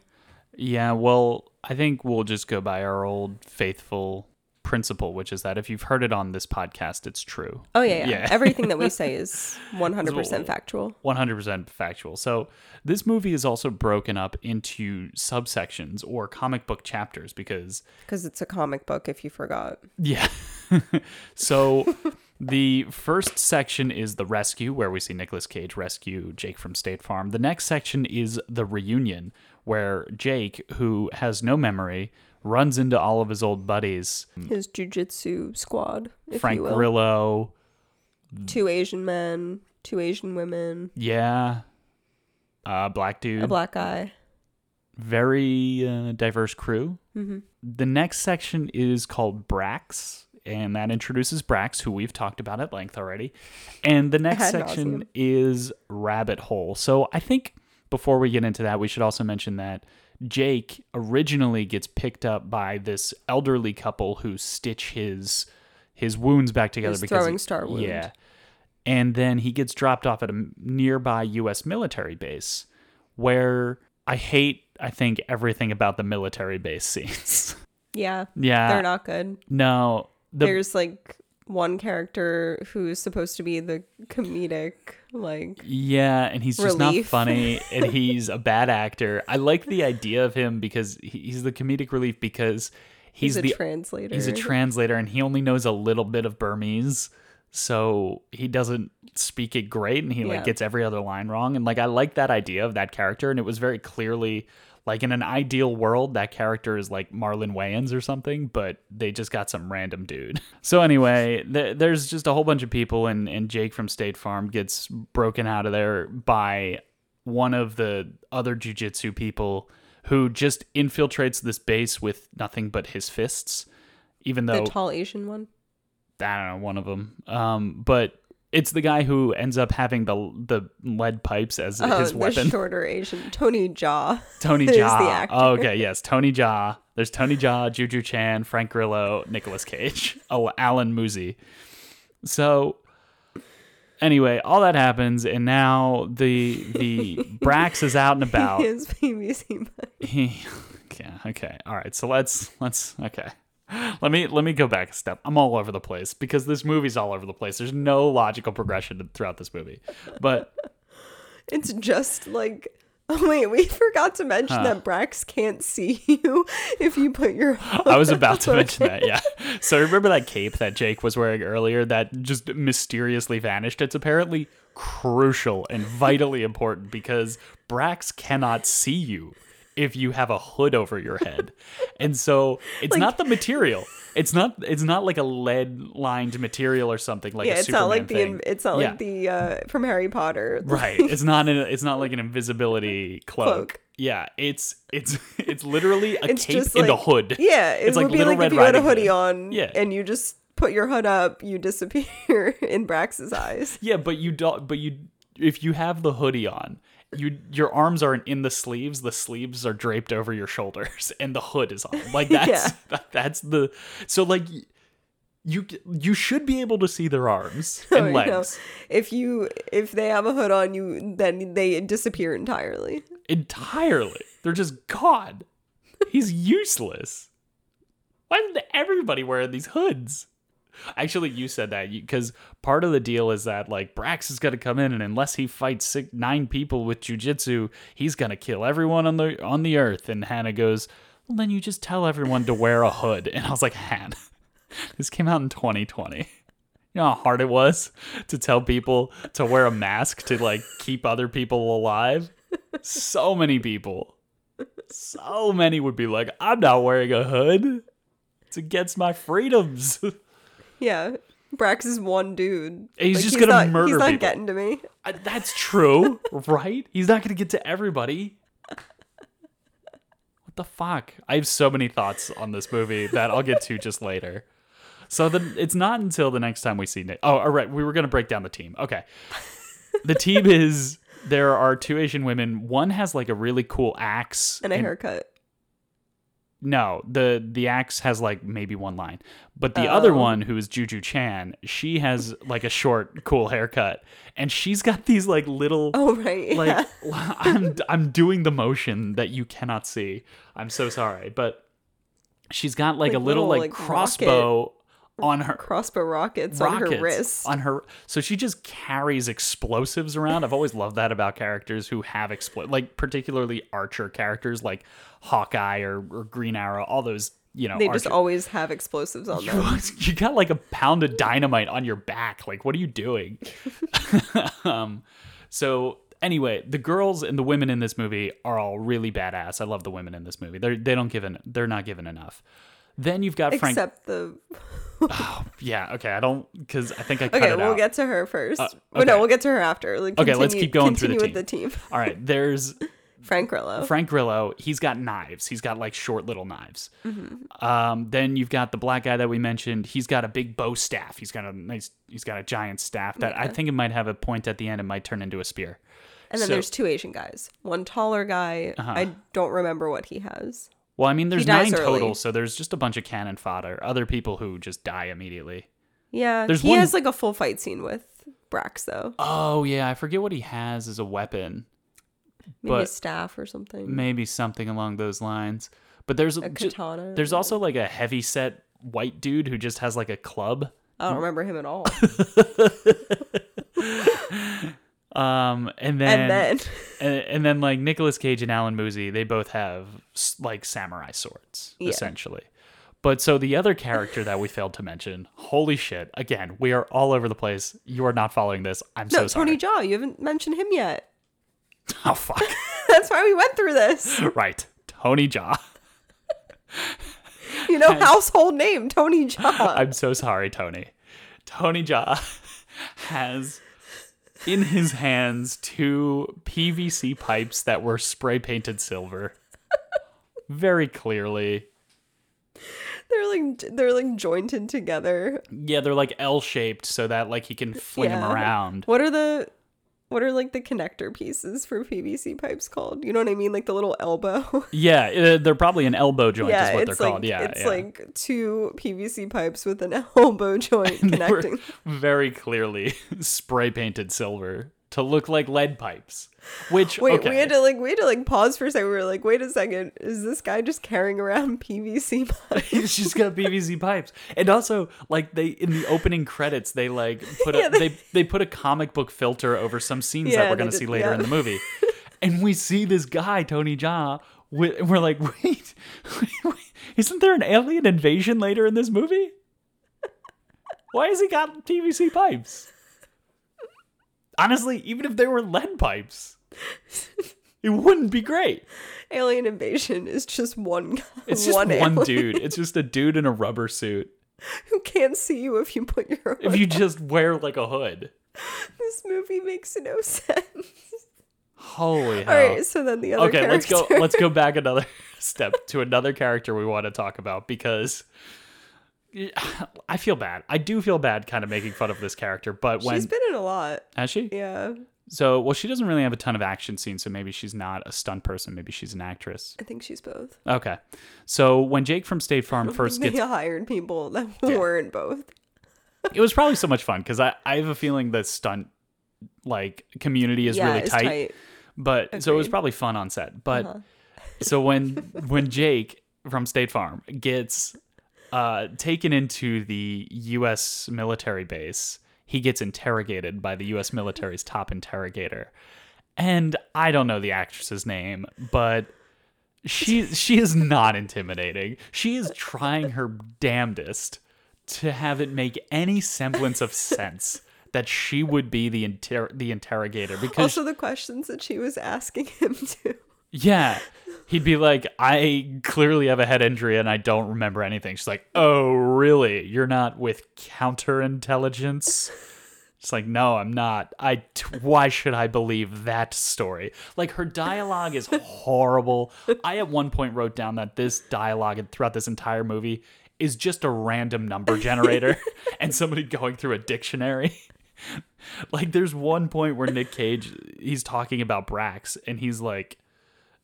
Speaker 1: Yeah, well, I think we'll just go by our old faithful principle, which is that if you've heard it on this podcast, it's true.
Speaker 2: Oh yeah, yeah.
Speaker 1: Yeah.
Speaker 2: everything that we say is one hundred percent factual.
Speaker 1: 100% factual. So, this movie is also broken up into subsections or comic book chapters because
Speaker 2: Because it's a comic book, if you forgot.
Speaker 1: Yeah. so the first section is the rescue, where we see Nicolas Cage rescue Jake from State Farm. The next section is the reunion, where Jake, who has no memory, runs into all of his old buddies,
Speaker 2: His jujitsu squad, if
Speaker 1: Mm. Frank
Speaker 2: you will.
Speaker 1: Grillo.
Speaker 2: Two Asian men, two Asian women,
Speaker 1: Yeah. Uh, black dude.
Speaker 2: a black guy.
Speaker 1: Very uh, diverse crew.
Speaker 2: hmm
Speaker 1: The next section is called Brax, and that introduces Brax, who we've talked about at length already. And the next
Speaker 2: Ad
Speaker 1: section
Speaker 2: nauseam.
Speaker 1: is Rabbit Hole. So I think before we get into that, we should also mention that Jake originally gets picked up by this elderly couple who stitch his his wounds back together
Speaker 2: His
Speaker 1: because
Speaker 2: throwing star wound.
Speaker 1: yeah. And then he gets dropped off at a nearby U.S. military base, where I hate, I think, everything about the military base scenes.
Speaker 2: Yeah,
Speaker 1: Yeah.
Speaker 2: they're not good.
Speaker 1: No. The,
Speaker 2: there's like one character who's supposed to be the comedic like
Speaker 1: yeah, and he's just not
Speaker 2: Relief.
Speaker 1: funny, and he's a bad actor. I like the idea of him because he- he's the comedic relief because he's,
Speaker 2: he's, a
Speaker 1: the
Speaker 2: translator
Speaker 1: he's a translator, and he only knows a little bit of Burmese, so he doesn't speak it great, and he like
Speaker 2: Yeah.
Speaker 1: gets every other line wrong. And like I like that idea of that character, and it was very clearly like in an ideal world that character is like Marlon Wayans or something, but they just got some random dude. So anyway, th- there's just a whole bunch of people, and and Jake from State Farm gets broken out of there by one of the other jujitsu people. Who just infiltrates this base with nothing but his fists, even
Speaker 2: the
Speaker 1: though
Speaker 2: tall asian one
Speaker 1: I don't know one of them. Um, but it's the guy who ends up having the the lead pipes as
Speaker 2: oh
Speaker 1: his weapon.
Speaker 2: the shorter asian tony jaw
Speaker 1: Tony
Speaker 2: is the
Speaker 1: Jaa.
Speaker 2: actor.
Speaker 1: Oh, okay, yes, Tony Jaa. There's Tony Jaa, Juju Chan, Frank Grillo, Nicolas Cage, oh, Alan Muzi. So anyway, all that happens, and now the the Brax is out and about.
Speaker 2: is bbc
Speaker 1: He, yeah, okay. All right. So let's let's okay. Let me let me go back a step. I'm all over the place because this movie's all over the place. There's no logical progression throughout this movie. But
Speaker 2: it's just like oh wait we forgot to mention that brax can't see you if you put your
Speaker 1: I was about to mention that. Yeah. So remember that cape that Jake was wearing earlier that just mysteriously vanished? It's apparently crucial and vitally important because Brax cannot see you if you have a hood over your head. And so it's not the material. It's not it's not like a lead lined material or something like
Speaker 2: yeah
Speaker 1: a
Speaker 2: it's
Speaker 1: Superman
Speaker 2: not like the
Speaker 1: thing.
Speaker 2: in- it's not
Speaker 1: Yeah.
Speaker 2: like the uh from harry potter
Speaker 1: Right. It's not an it's not like an invisibility cloak.
Speaker 2: Cloak.
Speaker 1: Yeah, it's it's it's literally a
Speaker 2: It's
Speaker 1: cape
Speaker 2: just
Speaker 1: and a
Speaker 2: like-
Speaker 1: hood.
Speaker 2: Yeah, it
Speaker 1: It's like
Speaker 2: would be
Speaker 1: Little
Speaker 2: like
Speaker 1: Red
Speaker 2: if you had a
Speaker 1: Riding Hood.
Speaker 2: hoodie on
Speaker 1: Yeah.
Speaker 2: and you just put your hood up, you disappear in Brax's eyes.
Speaker 1: Yeah, but you don't. But you, if you have the hoodie on, you your arms aren't in the sleeves. The sleeves are draped over your shoulders, and the hood is on. Like that's that- that's the. So like, you you should be able to see their arms and
Speaker 2: You Oh, know,
Speaker 1: legs
Speaker 2: if you if they have a hood on you, then they disappear entirely.
Speaker 1: entirely. They're just gone. He's useless. Why did everybody wearing these hoods? Actually, you said that because part of the deal is that like Brax is gonna come in, and unless he fights six, nine people with jujitsu, he's gonna kill everyone on the on the earth. And Hannah goes, "Well, then you just tell everyone to wear a hood." And I was like, "Hannah, this came out in 2020. You know how hard it was to tell people to wear a mask to like keep other people alive. So many people, so many would be like, "I'm not wearing a hood. It's against my freedoms." Uh,
Speaker 2: Yeah. Brax is one dude.
Speaker 1: And he's just gonna
Speaker 2: not,
Speaker 1: murder
Speaker 2: He's not
Speaker 1: people.
Speaker 2: getting to me.
Speaker 1: Uh, That's true, right? He's not going to get to everybody. What the fuck? I have so many thoughts on this movie that I'll get to just later. So then it's not until the next time we see Nick. Oh, all right. We were going to break down the team. Okay. The team is there are two Asian women. One has like a really cool axe
Speaker 2: And a haircut.
Speaker 1: no, the the axe has like maybe one line, but the other
Speaker 2: Oh.
Speaker 1: one who is Juju Chan, she has like a short, cool haircut, and she's got these like little
Speaker 2: Oh right. yeah.
Speaker 1: like I'm I'm doing the motion that you cannot see. I'm so sorry, but she's got like,
Speaker 2: Like
Speaker 1: a little,
Speaker 2: little,
Speaker 1: like,
Speaker 2: like,
Speaker 1: crossbow on her
Speaker 2: crossbow rockets,
Speaker 1: rockets
Speaker 2: on her wrist.
Speaker 1: on her- so she just carries explosives around. I've always loved that about characters who have expl like particularly archer characters like Hawkeye or, or Green Arrow, all those, you know,
Speaker 2: they just
Speaker 1: archer-
Speaker 2: always have explosives on them.
Speaker 1: you got like a pound of dynamite on your back. Like, what are you doing? um, so anyway, the girls and the women in this movie are all really badass. I love the women in this movie. They're they don't given they're not given enough. Then you've got Frank.
Speaker 2: Except the
Speaker 1: yeah, okay. I don't because I think I cut
Speaker 2: Okay,
Speaker 1: it
Speaker 2: we'll
Speaker 1: out. Uh,
Speaker 2: get to her first. Well, no,
Speaker 1: okay.
Speaker 2: we'll get to her after. Like,
Speaker 1: Okay, let's
Speaker 2: continue-
Speaker 1: keep going through the
Speaker 2: continue with the team. Oh.
Speaker 1: all right, there's
Speaker 2: Frank Grillo.
Speaker 1: Frank Grillo, he's got knives. He's got like short little knives.
Speaker 2: Mm-hmm.
Speaker 1: Um, then you've got the black guy that we mentioned. He's got a big bow staff. He's got a nice. He's got a giant staff that I think it might have a point at the end. It might turn into a spear.
Speaker 2: and then
Speaker 1: so- Uh-huh.
Speaker 2: there's two Asian guys. One taller guy. I don't remember what he has.
Speaker 1: Well, I mean, there's
Speaker 2: dies
Speaker 1: nine total,
Speaker 2: early.
Speaker 1: so there's just a bunch of cannon fodder. Other people who just die immediately.
Speaker 2: Yeah,
Speaker 1: There's
Speaker 2: he
Speaker 1: one-
Speaker 2: has like a full fight scene with Brax though.
Speaker 1: Oh yeah, I forget what he has as a weapon.
Speaker 2: Maybe
Speaker 1: but-
Speaker 2: a staff or something.
Speaker 1: Maybe something along those lines. But there's
Speaker 2: a
Speaker 1: ju-
Speaker 2: katana.
Speaker 1: there's also like a heavy set white dude who just has like a club.
Speaker 2: I don't remember him at all.
Speaker 1: Um, and then
Speaker 2: and then
Speaker 1: and, and then like Nicolas Cage and Alan Moosey, they both have s- like samurai swords
Speaker 2: Yeah.
Speaker 1: essentially. But so the other character that we failed to mention, holy shit! Again, we are all over the place. You are not following this. I'm
Speaker 2: no,
Speaker 1: so sorry.
Speaker 2: Tony Jaw. You haven't mentioned him yet.
Speaker 1: Oh fuck!
Speaker 2: That's why we went through this.
Speaker 1: right, Tony Jaa.
Speaker 2: You know, household name Tony Jaw.
Speaker 1: I'm so sorry, Tony. Tony Jaa has in his hands two PVC pipes that were spray painted silver, very clearly.
Speaker 2: They're like they're like jointed together.
Speaker 1: Yeah, they're like L shaped so that like he can fling them
Speaker 2: Yeah.
Speaker 1: around.
Speaker 2: What are the what are like the connector pieces for PVC pipes called? You know what I mean? Like the little elbow.
Speaker 1: Yeah, uh, they're probably an elbow joint
Speaker 2: yeah,
Speaker 1: is what they're
Speaker 2: it's like
Speaker 1: called. Yeah,
Speaker 2: it's
Speaker 1: yeah.
Speaker 2: like two PVC pipes with an elbow joint
Speaker 1: They were
Speaker 2: connecting.
Speaker 1: very clearly spray painted silver to look like lead pipes. Which
Speaker 2: Wait,
Speaker 1: okay.
Speaker 2: we had to like we had to like pause for a second. We were like, wait a second, is this guy just carrying around PVC pipes?
Speaker 1: He's just got PVC pipes, and also like they in the opening credits they like put a,
Speaker 2: Yeah,
Speaker 1: they,
Speaker 2: they-
Speaker 1: they put a comic book filter over some scenes that
Speaker 2: Yeah,
Speaker 1: we're
Speaker 2: they
Speaker 1: gonna
Speaker 2: did-
Speaker 1: see later
Speaker 2: yeah.
Speaker 1: in the movie, and we see this guy Tony Jaa. wi- and We're like, wait, wait, isn't there an alien invasion later in this movie? Why has he got PVC pipes? Honestly, even if they were lead pipes, it wouldn't be great.
Speaker 2: Alien invasion is just one guy.
Speaker 1: It's just one,
Speaker 2: alien
Speaker 1: dude. It's just a dude in a rubber suit.
Speaker 2: who can't see you if you put your hood.
Speaker 1: if you just wear like a hood.
Speaker 2: This movie makes no sense.
Speaker 1: Holy hell.
Speaker 2: All right, so then the other
Speaker 1: okay, let's go
Speaker 2: character-
Speaker 1: let's go back another step to another character we want to talk about because I feel bad. I do feel bad kind of making fun of this character, but when
Speaker 2: She's been in a lot.
Speaker 1: has she?
Speaker 2: Yeah.
Speaker 1: So, well, she doesn't really have a ton of action scenes, so maybe she's not a stunt person. Maybe she's an actress.
Speaker 2: I think she's both.
Speaker 1: Okay. So when Jake from State Farm first
Speaker 2: they
Speaker 1: gets,
Speaker 2: hired people that weren't both.
Speaker 1: it was probably so much fun because I, I have a feeling the stunt like community is
Speaker 2: yeah,
Speaker 1: really
Speaker 2: it's
Speaker 1: tight,
Speaker 2: tight.
Speaker 1: But so it was
Speaker 2: Agreed.
Speaker 1: probably fun on set. But so when when Jake from State Farm gets uh, taken into the U.S. military base, he gets interrogated by the U.S. military's top interrogator, and I don't know the actress's name, but she she is not intimidating. She is trying her damnedest to have it make any semblance of sense that she would be the inter- the interrogator because
Speaker 2: Also, the questions that she was asking him to.
Speaker 1: yeah. He'd be like, I clearly have a head injury and I don't remember anything. She's like, Oh, really? You're not with counterintelligence? It's like, no, I'm not. I t- why should I believe that story? Like her dialogue is horrible. I at one point wrote down that this dialogue and throughout this entire movie is just a random number generator and somebody going through a dictionary. like there's one point where Nick Cage he's talking about Brax and he's like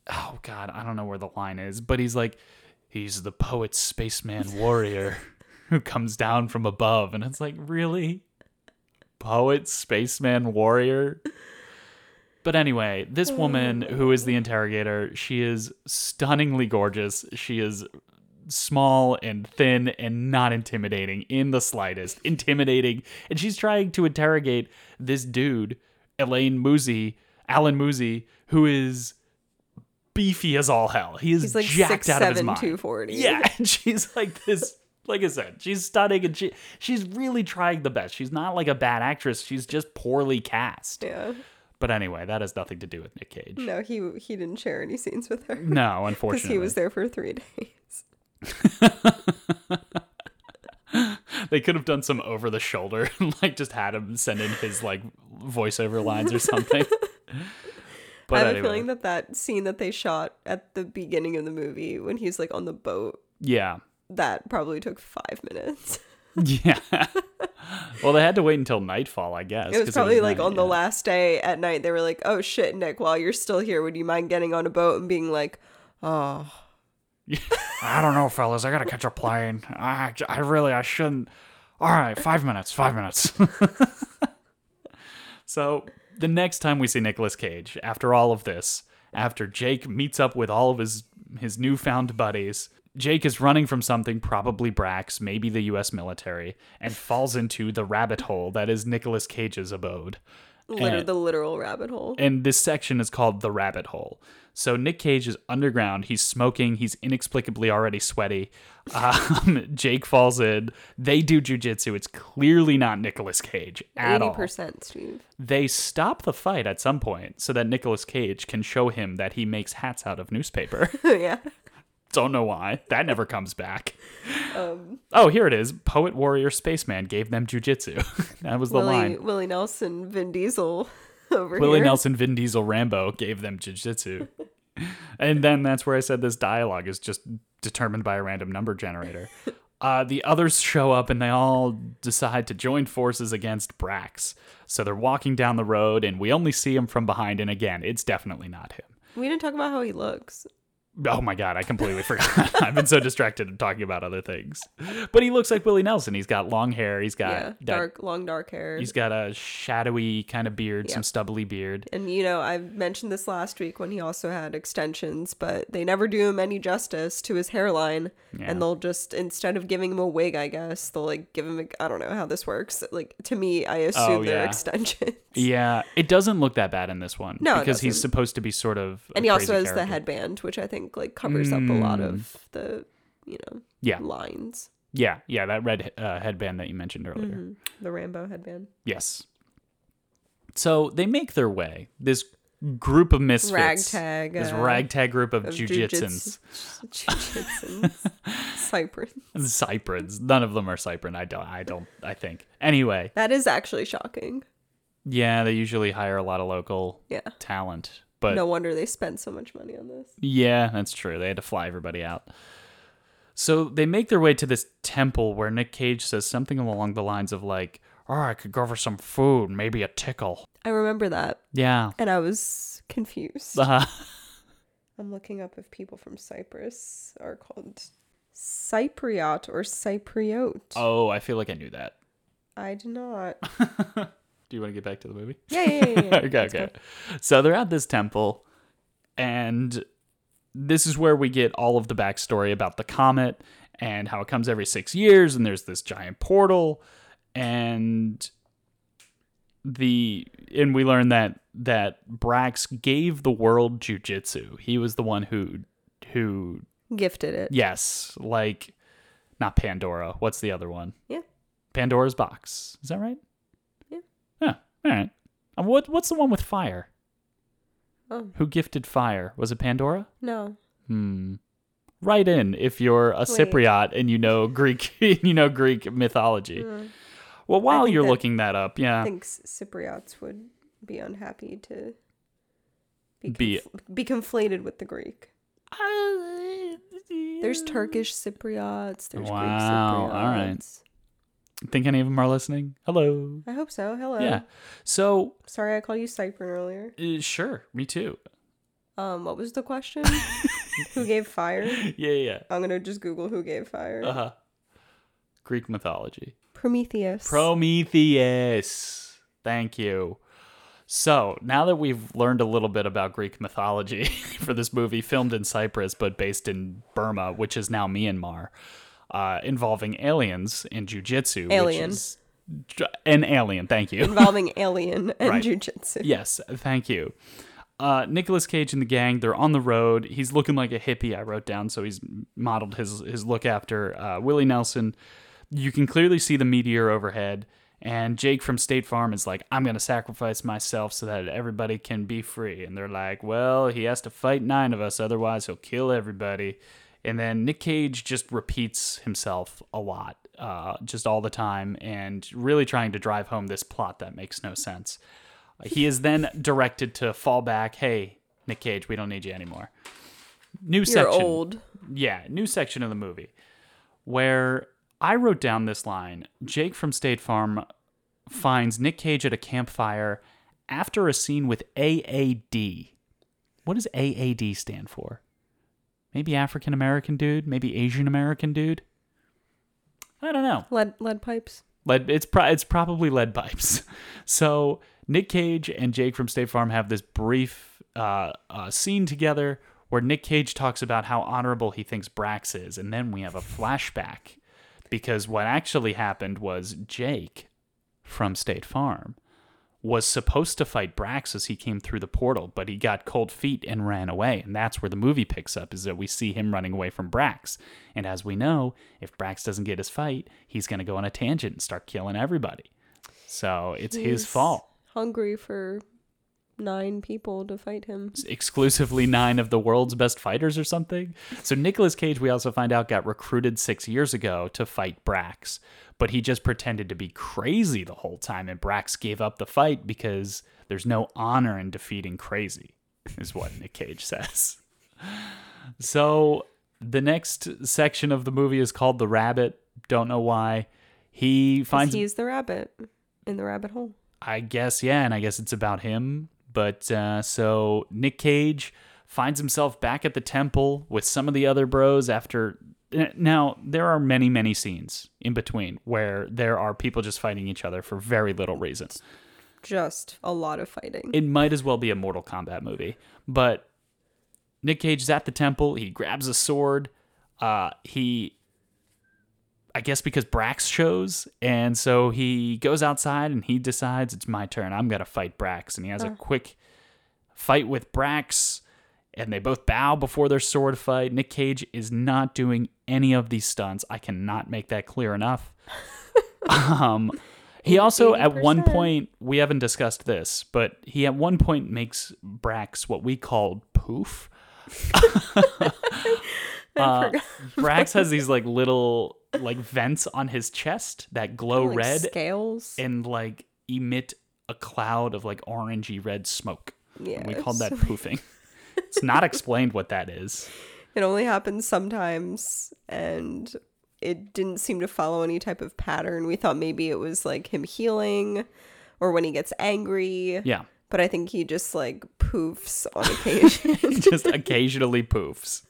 Speaker 1: oh god, I don't know where the line is, but he's like, he's the poet spaceman warrior who comes down from above, and it's like, really, poet spaceman warrior. But anyway, this
Speaker 2: Oh
Speaker 1: woman who is the interrogator, she is stunningly gorgeous. She is small and thin and not intimidating in the slightest. Intimidating. And she's trying to interrogate this dude, Elaine Muzi, Alan Muzi, who is beefy as all hell. He is
Speaker 2: He's like
Speaker 1: jacked
Speaker 2: six
Speaker 1: out of his
Speaker 2: seven,
Speaker 1: mind.
Speaker 2: two forty.
Speaker 1: Yeah, and she's like this. Like I said, she's stunning and she she's really trying the best. She's not like a bad actress. She's just poorly cast.
Speaker 2: Yeah.
Speaker 1: But anyway, that has nothing to do with Nick Cage.
Speaker 2: No, he he didn't share any scenes with her
Speaker 1: No,
Speaker 2: because
Speaker 1: unfortunately,
Speaker 2: he was there for three days.
Speaker 1: they could have done some over the shoulder, and like just had him send in his like voiceover lines or something.
Speaker 2: I
Speaker 1: But
Speaker 2: have a
Speaker 1: anyway,
Speaker 2: feeling that that scene that they shot at the beginning of the movie when he's like on the boat
Speaker 1: yeah,
Speaker 2: that probably took five minutes.
Speaker 1: yeah. well, they had to wait until nightfall, I guess.
Speaker 2: It
Speaker 1: 'cause
Speaker 2: was probably like
Speaker 1: night,
Speaker 2: on the
Speaker 1: yeah.
Speaker 2: last day at night. They were like, "Oh shit, Nick! While you're still here, would you mind getting on a boat and being like, oh,
Speaker 3: I don't know, fellas. I gotta catch a plane. I, I really, I shouldn't. All right, five minutes. Five minutes.
Speaker 1: So the next time we see Nicolas Cage, after all of this, after Jake meets up with all of his his newfound buddies, Jake is running from something, probably Brax, maybe the U.S. military, and falls into the rabbit hole that is Nicolas Cage's abode. Eh.
Speaker 2: liter- the literal rabbit hole."
Speaker 1: And this section is called the rabbit hole. So Nick Cage is underground. He's smoking. He's inexplicably already sweaty. Um, Jake falls in. They do jujitsu. It's clearly not Nicolas Cage at
Speaker 2: Eighty
Speaker 1: all
Speaker 2: percent, Steve.
Speaker 1: they stop the fight at some point so that Nicolas Cage can show him that he makes hats out of newspaper.
Speaker 2: yeah.
Speaker 1: Don't know why. That never comes back.
Speaker 2: Um,
Speaker 1: Oh, here it is. Poet warrior spaceman gave them jujitsu. that was the
Speaker 2: Willie,
Speaker 1: line.
Speaker 2: Willie Nelson, Vin Diesel over
Speaker 1: Willie
Speaker 2: here.
Speaker 1: Nelson, Vin Diesel, Rambo gave them jujitsu. and then that's where I said this dialogue is just determined by a random number generator. Uh, the others show up and they all decide to join forces against Brax. So they're walking down the road and we only see him from behind. And again, it's definitely not him.
Speaker 2: We didn't talk about how he looks.
Speaker 1: Oh my god, I completely forgot. I've been so distracted in talking about other things. But he looks like Willie Nelson. He's got long hair. He's got
Speaker 2: yeah,
Speaker 1: that-
Speaker 2: dark, long dark hair.
Speaker 1: He's got a shadowy kind of beard,
Speaker 2: Yeah.
Speaker 1: some stubbly beard.
Speaker 2: And you know, I mentioned this last week when he also had extensions, but they never do him any justice to his hairline.
Speaker 1: Yeah.
Speaker 2: And they'll just instead of giving him a wig, I guess they'll like give him. A, I don't know how this works. Like to me, I assume
Speaker 1: Oh,
Speaker 2: they're
Speaker 1: yeah.
Speaker 2: extensions.
Speaker 1: Yeah, it doesn't look that bad in this one
Speaker 2: No, it
Speaker 1: because he's
Speaker 2: doesn't.
Speaker 1: supposed to be sort of. a
Speaker 2: and he also
Speaker 1: crazy
Speaker 2: has the
Speaker 1: character. Hmm.
Speaker 2: headband, which I think like covers up a lot of the you know
Speaker 1: Yeah.
Speaker 2: lines.
Speaker 1: Yeah, yeah, that red uh, headband that you mentioned earlier.
Speaker 2: The Rambo headband.
Speaker 1: Yes. So they make their way. This group of misfits,
Speaker 2: Ragtag,
Speaker 1: this
Speaker 2: uh,
Speaker 1: ragtag group of,
Speaker 2: Of
Speaker 1: jujitsans.
Speaker 2: Jujitsans. Cypress.
Speaker 1: Cyprins. None of them are Cyprin. I don't. I don't. I think. Anyway,
Speaker 2: That is actually shocking.
Speaker 1: Yeah, they usually hire a lot of local
Speaker 2: Yeah.
Speaker 1: talent. But
Speaker 2: no wonder they spend so much money on this.
Speaker 1: yeah, that's true. They had to fly everybody out. So they make their way to this temple where Nick Cage says something along the lines of like, "Oh,
Speaker 3: Or I could go for some food, maybe a tickle.
Speaker 2: I remember that,
Speaker 1: yeah.
Speaker 2: and I was confused.
Speaker 1: Uh,
Speaker 2: I'm looking up if people from Cyprus are called Cypriot or Cypriot.
Speaker 1: oh, I feel like I knew that.
Speaker 2: I do not.
Speaker 1: Do you want to get back to the movie?
Speaker 2: Yeah, yeah, yeah. yeah, yeah.
Speaker 1: okay,
Speaker 2: Let's go.
Speaker 1: okay. So they're at this temple, and this is where we get all of the backstory about the comet and how it comes every six years, and there's this giant portal, and the and we learn that that Brax gave the world jujitsu. He was the one who who
Speaker 2: Gifted it.
Speaker 1: yes, like not Pandora. What's the other one?
Speaker 2: Yeah.
Speaker 1: Pandora's box. Is that right?
Speaker 2: Yeah.
Speaker 1: Yeah. All right. And what what's the one with fire?
Speaker 2: Oh,
Speaker 1: Who gifted fire? Was it Pandora?
Speaker 2: no.
Speaker 1: Hmm. Write in if you're a Cypriot and you know Greek and you know Greek mythology.
Speaker 2: Mm.
Speaker 1: Well, while
Speaker 2: think
Speaker 1: you're
Speaker 2: that-
Speaker 1: looking that up, yeah.
Speaker 2: I think S- Cypriots would be unhappy to be,
Speaker 1: Be-
Speaker 2: conf- be conflated with the Greek. There's Turkish Cypriots. There's Greek
Speaker 1: Wow, all
Speaker 2: Cypriots.
Speaker 1: right. Think any of them are listening? Hello.
Speaker 2: I hope so. Hello.
Speaker 1: Yeah. So,
Speaker 2: Sorry I called you Cypern earlier.
Speaker 1: uh, sure, me too.
Speaker 2: Um, what was the question? who gave fire?
Speaker 1: Yeah, yeah. yeah.
Speaker 2: I'm gonna just Google who gave fire.
Speaker 1: Uh huh. Greek mythology.
Speaker 2: Prometheus.
Speaker 1: Prometheus. Thank you. So now that we've learned a little bit about Greek mythology for this movie, filmed in Cyprus but based in Burma, which is now Myanmar, uh, involving aliens and jujitsu. which
Speaker 2: Alien.
Speaker 1: is- An alien. Thank you.
Speaker 2: involving alien and
Speaker 1: Right.
Speaker 2: jujitsu.
Speaker 1: Yes, thank you. Uh, Nicholas Cage and the gang, they're on the road. He's looking like a hippie, I wrote down, so he's modeled his, his look after uh, Willie Nelson. You can clearly see the meteor overhead, and Jake from State Farm is like, I'm going to sacrifice myself so that everybody can be free. And they're like, well, he has to fight nine of us, otherwise he'll kill everybody. And then Nick Cage just repeats himself a lot, uh, just all the time, and really trying to drive home this plot that makes no sense. He is then directed to fall back. Hey, Nick Cage, we don't need you anymore. New
Speaker 2: You're
Speaker 1: section.
Speaker 2: old.
Speaker 1: Yeah, new section of the movie where I wrote down this line Jake from State Farm finds Nick Cage at a campfire after a scene with AAD. What does AAD stand for? Maybe African American dude? Maybe Asian American dude? I don't know.
Speaker 2: Lead lead pipes.
Speaker 1: Lead, it's pro- it's probably lead pipes. So Nick Cage and Jake from State Farm have this brief uh, uh, scene together where Nick Cage talks about how honorable he thinks Brax is, and then we have a flashback because what actually happened was Jake from State Farm was supposed to fight Brax as he came through the portal, but he got cold feet and ran away. And that's where the movie picks up is that we see him running away from Brax. And as we know, if Brax doesn't get his fight, he's going to go on a tangent and start killing everybody. So it's his
Speaker 2: He's
Speaker 1: fault.
Speaker 2: Hungry for nine people to fight him.
Speaker 1: exclusively nine of the world's best fighters or something. So Nicolas Cage, we also find out, got recruited six years ago to fight Brax, but he just pretended to be crazy the whole time, and Brax gave up the fight because there's no honor in defeating crazy, is what Nick Cage says. So the next section of the movie is called The Rabbit. Don't know why. He
Speaker 2: 'Cause
Speaker 1: finds
Speaker 2: He's the rabbit in the rabbit hole.
Speaker 1: I guess, yeah, and I guess it's about him. But uh, so Nick Cage finds himself back at the temple with some of the other bros after. Now, there are many, many scenes in between where there are people just fighting each other for very little reason.
Speaker 2: Just a lot of fighting.
Speaker 1: It might as well be a Mortal Kombat movie. But Nick Cage is at the temple. He grabs a sword. Uh, he, I guess, because Brax shows, and so he goes outside and he decides it's my turn. I'm gonna fight Brax, and he has a quick fight with Brax, and they both bow before their sword fight. Nick Cage is not doing any of these stunts. I cannot make that clear enough. um, he also at one
Speaker 2: 80%.
Speaker 1: point we haven't discussed this, but he at one point makes Brax what we called poof. Uh, Brax has these like little like vents on his chest that glow
Speaker 2: Like
Speaker 1: red
Speaker 2: scales.
Speaker 1: and like emit a cloud of like orangey red smoke.
Speaker 2: yeah,
Speaker 1: And we called
Speaker 2: it's-
Speaker 1: that poofing. it's not explained what that is.
Speaker 2: It only happens sometimes, and it didn't seem to follow any type of pattern. We thought maybe it was like him healing or when he gets angry,
Speaker 1: Yeah.
Speaker 2: but I think he just like poofs on occasion.
Speaker 1: He just occasionally poofs.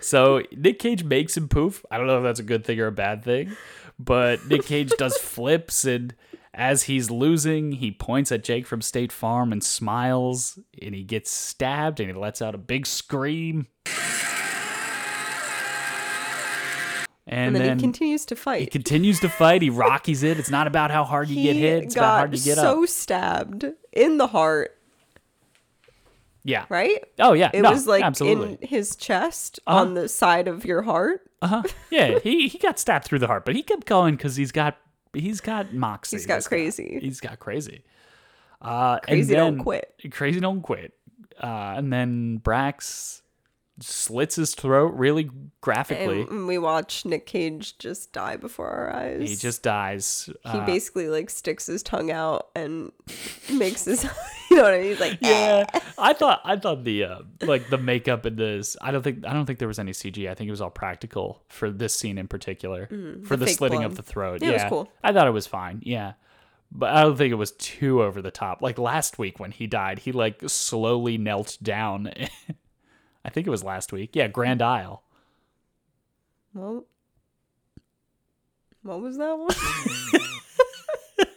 Speaker 1: So Nick Cage makes him poof. I don't know if that's a good thing or a bad thing, but Nick Cage does flips and as he's losing, he points at Jake from State Farm and smiles and he gets stabbed and he lets out a big scream.
Speaker 2: and
Speaker 1: And,
Speaker 2: then,
Speaker 1: then,
Speaker 2: he continues to
Speaker 1: he
Speaker 2: fight.
Speaker 1: continues to fight. He rockies it. It's not about how hard you get
Speaker 2: He
Speaker 1: hit. It's about how
Speaker 2: got
Speaker 1: hard you get
Speaker 2: so
Speaker 1: up.
Speaker 2: stabbed in the heart,
Speaker 1: Yeah.
Speaker 2: right?
Speaker 1: Oh yeah.
Speaker 2: It
Speaker 1: No,
Speaker 2: was like
Speaker 1: absolutely.
Speaker 2: in his chest
Speaker 1: Uh-huh.
Speaker 2: on the side of your heart.
Speaker 1: Uh-huh. Yeah, he he got stabbed through the heart, but he kept going because he's got he's got moxie.
Speaker 2: He's got
Speaker 1: this guy.
Speaker 2: crazy.
Speaker 1: He's got crazy. Uh,
Speaker 2: Crazy
Speaker 1: and
Speaker 2: don't
Speaker 1: then-
Speaker 2: quit.
Speaker 1: Crazy don't quit. Uh, and then Brax slits his throat really graphically.
Speaker 2: And and we watch Nick Cage just die before our eyes.
Speaker 1: he just dies.
Speaker 2: he
Speaker 1: Uh,
Speaker 2: basically like sticks his tongue out and makes his you know what I mean? He's like yeah.
Speaker 1: yeah, I thought I thought the uh, like the makeup in this. I don't think I don't think there was any CG. I think it was all practical for this scene in particular for the,
Speaker 2: Mm-hmm. fake
Speaker 1: slitting
Speaker 2: blood.
Speaker 1: of the throat.
Speaker 2: Yeah,
Speaker 1: yeah,
Speaker 2: it was cool.
Speaker 1: I thought it was fine. Yeah, but I don't think it was too over the top. Like last week when he died, he like slowly knelt down. I think it was last week. Yeah, Grand Isle.
Speaker 2: Well, what was that one?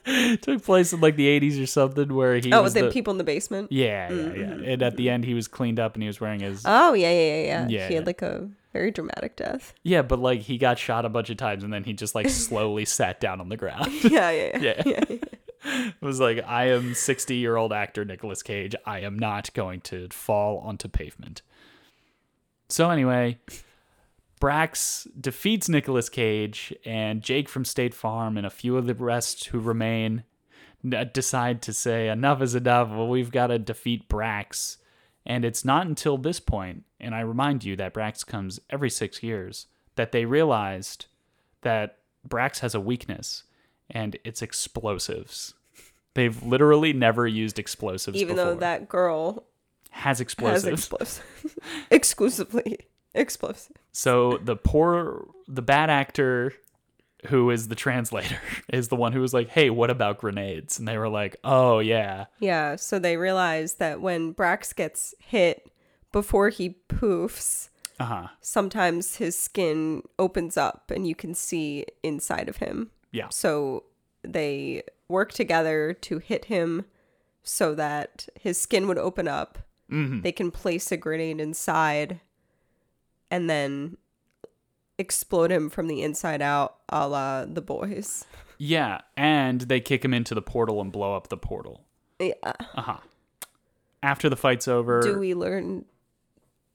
Speaker 1: It took place in like the 80s or something where he
Speaker 2: oh,
Speaker 1: was
Speaker 2: with the
Speaker 1: the-
Speaker 2: people in the basement.
Speaker 1: yeah, yeah, yeah. And at the end, he was cleaned up and he was wearing his
Speaker 2: Oh yeah, yeah, yeah, yeah.
Speaker 1: Yeah,
Speaker 2: he had
Speaker 1: yeah.
Speaker 2: like a very dramatic death.
Speaker 1: Yeah, but like he got shot a bunch of times and then he just like slowly sat down on the ground.
Speaker 2: Yeah, yeah, yeah.
Speaker 1: Yeah. It was like, I am 60 year old actor Nicolas Cage. I am not going to fall onto pavement. So, anyway, Brax defeats Nicolas Cage and Jake from State Farm and a few of the rest who remain n- decide to say, enough is enough. Well, we've got to defeat Brax. And it's not until this point, and I remind you that Brax comes every six years, that they realized that Brax has a weakness, and it's explosives. They've literally never used explosives
Speaker 2: Even
Speaker 1: before.
Speaker 2: though that girl
Speaker 1: has
Speaker 2: has
Speaker 1: explosives.
Speaker 2: explosives. Exclusively explosive.
Speaker 1: so the poor, the bad actor who is the translator is the one who was like, hey, what about grenades? And they were like, oh, yeah.
Speaker 2: Yeah, so they realize that when Brax gets hit before he poofs,
Speaker 1: Uh huh.
Speaker 2: sometimes his skin opens up and you can see inside of him.
Speaker 1: Yeah.
Speaker 2: So they work together to hit him so that his skin would open up.
Speaker 1: Mhm.
Speaker 2: They can place a grenade inside and then explode him from the inside out, a la the boys.
Speaker 1: Yeah. And they kick him into the portal and blow up the portal.
Speaker 2: Yeah.
Speaker 1: Uh huh. After the fight's over.
Speaker 2: Eh, Do we learn?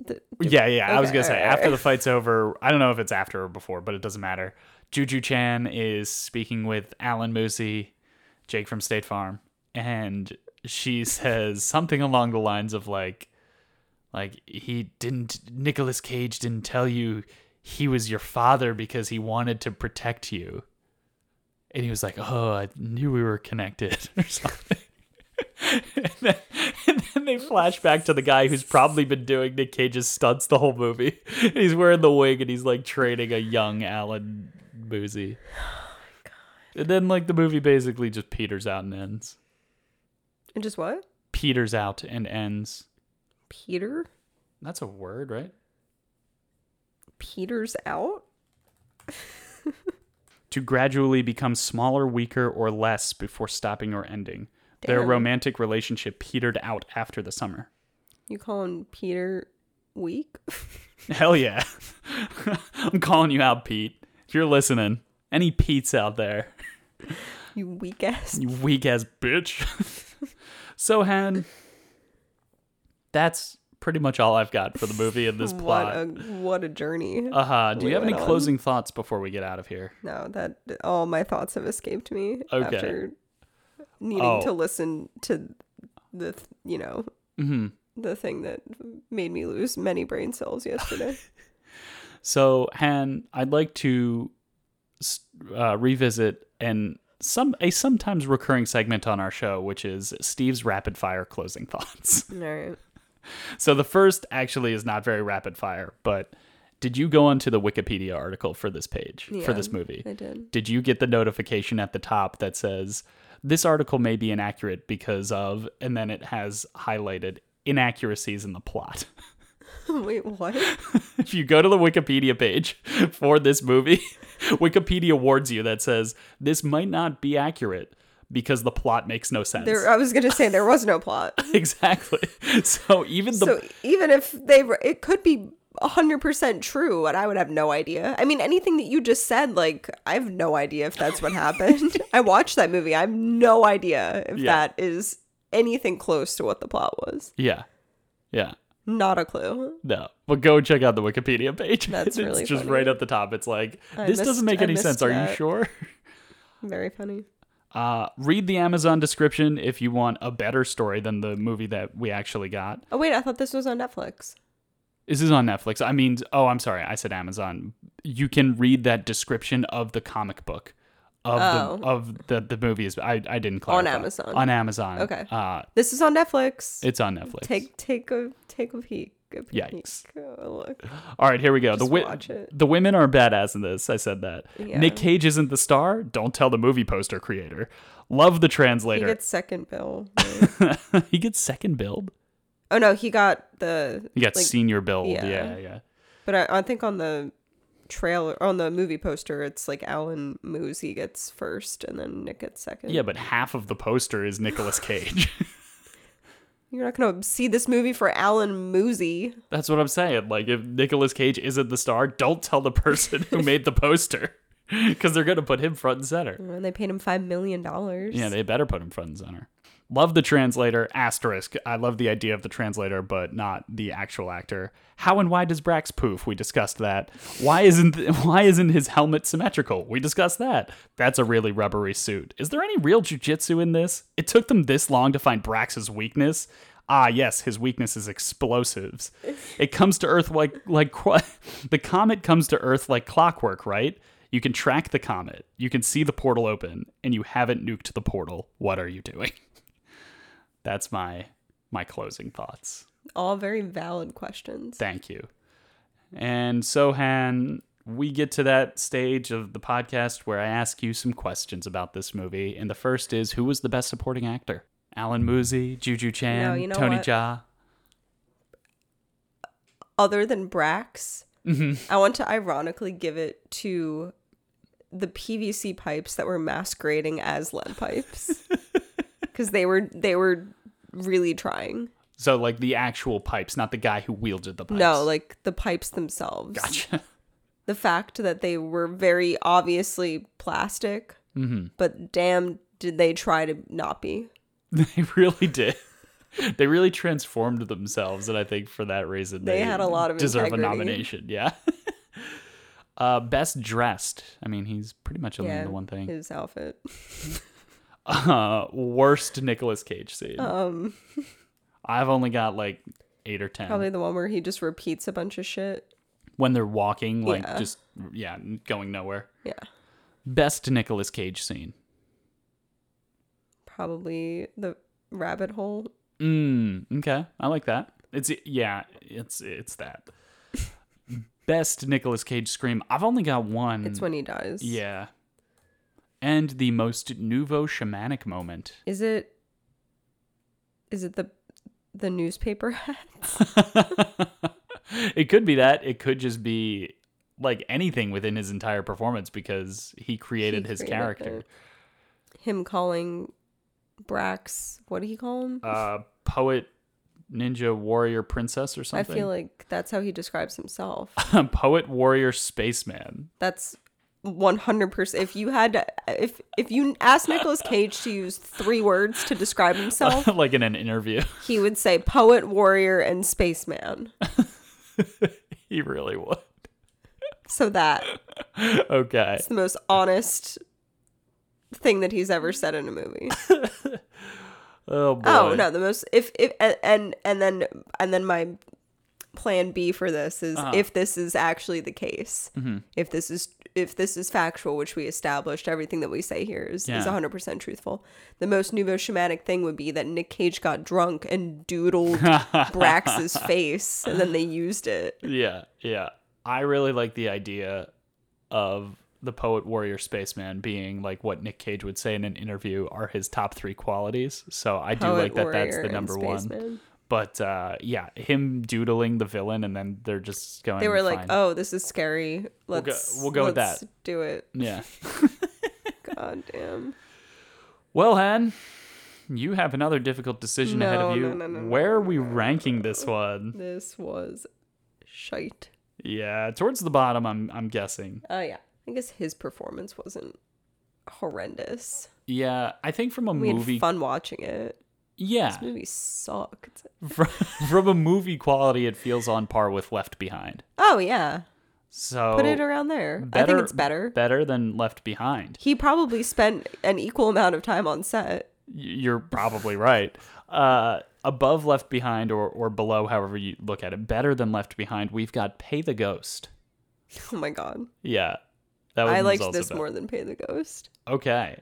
Speaker 2: The,
Speaker 1: Yeah, yeah. I was
Speaker 2: Okay,
Speaker 1: gonna say
Speaker 2: alright,
Speaker 1: after
Speaker 2: alright.
Speaker 1: the fight's over. I don't know if it's after or before, but it doesn't matter. Juju Chan is speaking with Alan Moosey, Jake from State Farm, and she says something along the lines of like, like he didn't. Nicolas Cage didn't tell you he was your father because he wanted to protect you, and he was like, oh, I knew we were connected or something. And then, and then they flash back to the guy who's probably been doing Nick Cage's stunts the whole movie. He's wearing the wig and he's like training a young Alan Boozy. And then like the movie basically just peters out and ends.
Speaker 2: and just what?
Speaker 1: Peters out and ends.
Speaker 2: Peter?
Speaker 1: That's a word, right?
Speaker 2: Peter's out?
Speaker 1: To gradually become smaller, weaker, or less before stopping or ending. Their
Speaker 2: Damn.
Speaker 1: romantic relationship petered out after the summer.
Speaker 2: You calling Peter weak?
Speaker 1: Hell yeah. I'm calling you out, Pete. If you're listening, any Pete's out there,
Speaker 2: you weak ass?
Speaker 1: you weak ass bitch. so, Han, that's pretty much all I've got for the movie and this
Speaker 2: What a
Speaker 1: plot.
Speaker 2: what a journey.
Speaker 1: Uh huh. Do
Speaker 2: we
Speaker 1: you have any
Speaker 2: went on.
Speaker 1: closing thoughts before we get out of here?
Speaker 2: no, that all my thoughts have escaped me
Speaker 1: Okay.
Speaker 2: after needing
Speaker 1: Oh.
Speaker 2: to listen to the th- you know
Speaker 1: hmm
Speaker 2: the thing that made me lose many brain cells yesterday.
Speaker 1: So, Han, I'd like to s- uh, revisit and some a sometimes recurring segment on our show, which is Steve's rapid fire closing thoughts.
Speaker 2: all right.
Speaker 1: So the first actually is not very rapid fire, but did you go onto the Wikipedia article for this page, for
Speaker 2: Yeah,
Speaker 1: this movie?
Speaker 2: I did.
Speaker 1: Did you get the notification at the top that says, this article may be inaccurate because of, and then it has highlighted inaccuracies in the plot?
Speaker 2: Wait, what?
Speaker 1: if you go to the Wikipedia page for this movie, Wikipedia warns you that says, this might not be accurate because the plot makes no sense.
Speaker 2: There, I was gonna say there was no plot.
Speaker 1: exactly. So even the
Speaker 2: so even if they were, it could be 100% true and I would have no idea. I mean, anything that you just said, like, I have no idea if that's what happened. I watched that movie. I have no idea if
Speaker 1: Yeah.
Speaker 2: that is anything close to what the plot was.
Speaker 1: Yeah. Yeah.
Speaker 2: Not a clue.
Speaker 1: No. But go check out the Wikipedia page.
Speaker 2: That's
Speaker 1: it's
Speaker 2: really
Speaker 1: just
Speaker 2: funny.
Speaker 1: right at the top. It's like,
Speaker 2: I
Speaker 1: this
Speaker 2: missed-
Speaker 1: doesn't make
Speaker 2: I
Speaker 1: any
Speaker 2: missed
Speaker 1: sense. Are you
Speaker 2: that.
Speaker 1: sure?
Speaker 2: Very funny.
Speaker 1: Uh, read the Amazon description if you want a better story than the movie that we actually got.
Speaker 2: Oh, wait, I thought this was on Netflix.
Speaker 1: This is on Netflix. I mean, oh, I'm sorry. I said Amazon. You can read that description of the comic book of the
Speaker 2: Oh.
Speaker 1: of the the movies. I I didn't clarify.
Speaker 2: Amazon.
Speaker 1: On Amazon.
Speaker 2: Okay.
Speaker 1: Uh,
Speaker 2: This is on Netflix.
Speaker 1: it's on Netflix.
Speaker 2: Take take a take a peek. A peek
Speaker 1: Yikes.
Speaker 2: a look.
Speaker 1: All right, here we go. the
Speaker 2: Just
Speaker 1: wi-
Speaker 2: watch it.
Speaker 1: the women are badass in this. I said that.
Speaker 2: Yeah.
Speaker 1: Nick Cage isn't the star. Don't tell the movie poster creator. Love the
Speaker 2: He
Speaker 1: translator.
Speaker 2: gets second bill.
Speaker 1: He gets, second billed.
Speaker 2: oh no, he got the
Speaker 1: He got
Speaker 2: like,
Speaker 1: senior billed. Yeah.
Speaker 2: yeah.
Speaker 1: yeah,
Speaker 2: But I, I think on the trailer, on the movie poster, it's like Alan Moosey gets first, and then Nick gets second.
Speaker 1: Yeah, but half of the poster is Nicolas Cage.
Speaker 2: You're not gonna see this movie for Alan Moosey.
Speaker 1: That's what I'm saying. Like, if Nicolas Cage isn't the star, don't tell the person who made the poster because they're going to put him front and center.
Speaker 2: Oh, And they paid him five million dollars.
Speaker 1: Yeah, they better put him front and center. Love the translator, asterisk. I love the idea of the translator, but not the actual actor. How and why does Brax poof? We discussed that. Why isn't why isn't his helmet symmetrical? We discussed that. That's a really rubbery suit. Is there any real jujitsu in this? It took them this long to find Brax's weakness. Ah, yes, his weakness is explosives. It comes to Earth like like qu- the comet comes to Earth like clockwork, right? You can track the comet. You can see the portal open, and you haven't nuked the portal. What are you doing? That's my my closing thoughts.
Speaker 2: all very valid questions.
Speaker 1: Thank you. And Sohan, we get to that stage of the podcast where I ask you some questions about this movie. And the first is who was the best supporting actor? Alan Moosey, Juju Chan,
Speaker 2: you know
Speaker 1: Tony
Speaker 2: what?
Speaker 1: Jaa.
Speaker 2: Other than Brax,
Speaker 1: Mm-hmm.
Speaker 2: I want to ironically give it to the PVC pipes that were masquerading as lead pipes because they were they were really trying.
Speaker 1: So like the actual pipes, not the guy who wielded the pipes.
Speaker 2: No, like the pipes themselves.
Speaker 1: gotcha.
Speaker 2: the fact that they were very obviously plastic,
Speaker 1: hmm
Speaker 2: but damn, did they try to not be?
Speaker 1: They really did. They really transformed themselves, and I think for that reason
Speaker 2: They had a lot of
Speaker 1: deserve a
Speaker 2: integrity.
Speaker 1: nomination. Yeah. uh, best dressed. I mean, he's pretty much only in
Speaker 2: yeah,
Speaker 1: the one thing.
Speaker 2: His outfit.
Speaker 1: Uh, worst Nicolas Cage scene.
Speaker 2: Um,
Speaker 1: I've only got like eight or ten.
Speaker 2: probably the one where he just repeats a bunch of shit.
Speaker 1: When they're walking, like
Speaker 2: Yeah.
Speaker 1: just yeah, going nowhere.
Speaker 2: Yeah,
Speaker 1: Best Nicolas Cage scene.
Speaker 2: probably the rabbit hole.
Speaker 1: Mm, okay, I like that. It's yeah, it's it's that. Best Nicolas Cage scream. I've only got one.
Speaker 2: It's when he dies.
Speaker 1: Mm. Yeah. And the most nouveau shamanic moment.
Speaker 2: Is it? Is it the the newspaper hats?
Speaker 1: it could be that. It could just be like anything within his entire performance because he created
Speaker 2: He
Speaker 1: his
Speaker 2: created
Speaker 1: character.
Speaker 2: Him calling Brax. What do he call him?
Speaker 1: Uh, poet, ninja, warrior, princess, or
Speaker 2: I
Speaker 1: something.
Speaker 2: feel like that's how he describes himself.
Speaker 1: poet, warrior, spaceman.
Speaker 2: That's 100%. If you had to, if if you asked Nicolas Cage to use three words to describe himself,
Speaker 1: like in an interview,
Speaker 2: he would say poet, warrior, and spaceman.
Speaker 1: he really would.
Speaker 2: So that's
Speaker 1: Okay.
Speaker 2: the most honest thing that he's ever said in a movie.
Speaker 1: Oh boy.
Speaker 2: Oh, no, the most if if and and, and then and then my
Speaker 1: Uh-huh. Mm-hmm.
Speaker 2: plan B for this is if this is actually the case. If this is if this is factual, which we established, everything that we say here is,
Speaker 1: Yeah.
Speaker 2: is 100% truthful. The most nouveau shamanic thing would be that Nick Cage got drunk and doodled Brax's face, and then they used it.
Speaker 1: Yeah, yeah. I really like the idea of the poet warrior spaceman being like what Nick Cage would say in an interview are his top three qualities. So I do
Speaker 2: Poet
Speaker 1: like that that's
Speaker 2: warrior
Speaker 1: the
Speaker 2: and
Speaker 1: number one.
Speaker 2: spaceman.
Speaker 1: But uh, yeah, him doodling the villain and then they're just going.
Speaker 2: They were like,
Speaker 1: "Fine."
Speaker 2: oh, this is scary.
Speaker 1: go-
Speaker 2: Let's,
Speaker 1: we'll go with
Speaker 2: let's
Speaker 1: that."
Speaker 2: do it.
Speaker 1: yeah.
Speaker 2: God damn.
Speaker 1: Well, Han, you have another difficult decision ahead
Speaker 2: No,
Speaker 1: of you.
Speaker 2: no, no, no, no,
Speaker 1: Where are we ranking this one?
Speaker 2: This was shite.
Speaker 1: Yeah, towards the bottom. I'm I'm guessing.
Speaker 2: Oh, yeah. I guess his performance wasn't horrendous.
Speaker 1: Yeah, I think from a
Speaker 2: We
Speaker 1: movie.
Speaker 2: had fun watching it.
Speaker 1: Yeah,
Speaker 2: This movie sucked.
Speaker 1: from, from a movie quality, it feels on par with Left Behind.
Speaker 2: Oh yeah,
Speaker 1: So
Speaker 2: put it around there. I think it's better.
Speaker 1: Better than Left Behind.
Speaker 2: he probably spent an equal amount of time on set.
Speaker 1: Y- You're probably right. Uh, above Left Behind or or below, however you look at it, better than Left Behind. We've got Pay the Ghost.
Speaker 2: Oh my god,
Speaker 1: Yeah, that
Speaker 2: I
Speaker 1: one was
Speaker 2: liked
Speaker 1: also
Speaker 2: this
Speaker 1: bad.
Speaker 2: more than Pay the Ghost.
Speaker 1: Okay.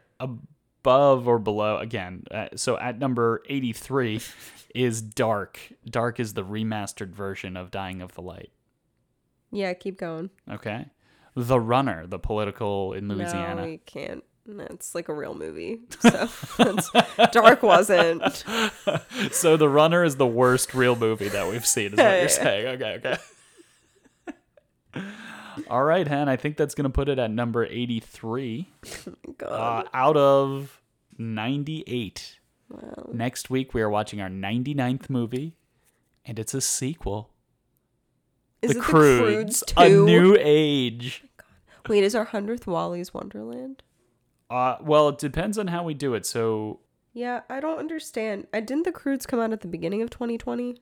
Speaker 1: Above or below, again. Uh, so at number 83 is Dark. Dark is the remastered version of Dying of the Light.
Speaker 2: Yeah, keep going.
Speaker 1: Okay. The Runner, the political in
Speaker 2: No,
Speaker 1: Louisiana.
Speaker 2: we can't. That's like a real movie. So that's, Dark wasn't. Oh,
Speaker 1: so The Runner is the worst real movie that we've seen, is what
Speaker 2: Yeah, yeah.
Speaker 1: you're saying. Okay, okay. All right, Han. I think that's going to put it at number 83 uh,
Speaker 2: God.
Speaker 1: out of 98.
Speaker 2: wow.
Speaker 1: Next week, we are watching our 99th movie, and it's a sequel.
Speaker 2: Is it
Speaker 1: Croods,
Speaker 2: the Croods two?
Speaker 1: A New Age.
Speaker 2: Wait, is our hundredth Wally's Wonderland?
Speaker 1: Uh, well, it depends on how we do it. So,
Speaker 2: Yeah, I don't understand. I didn't the Croods come out at the beginning of 2020,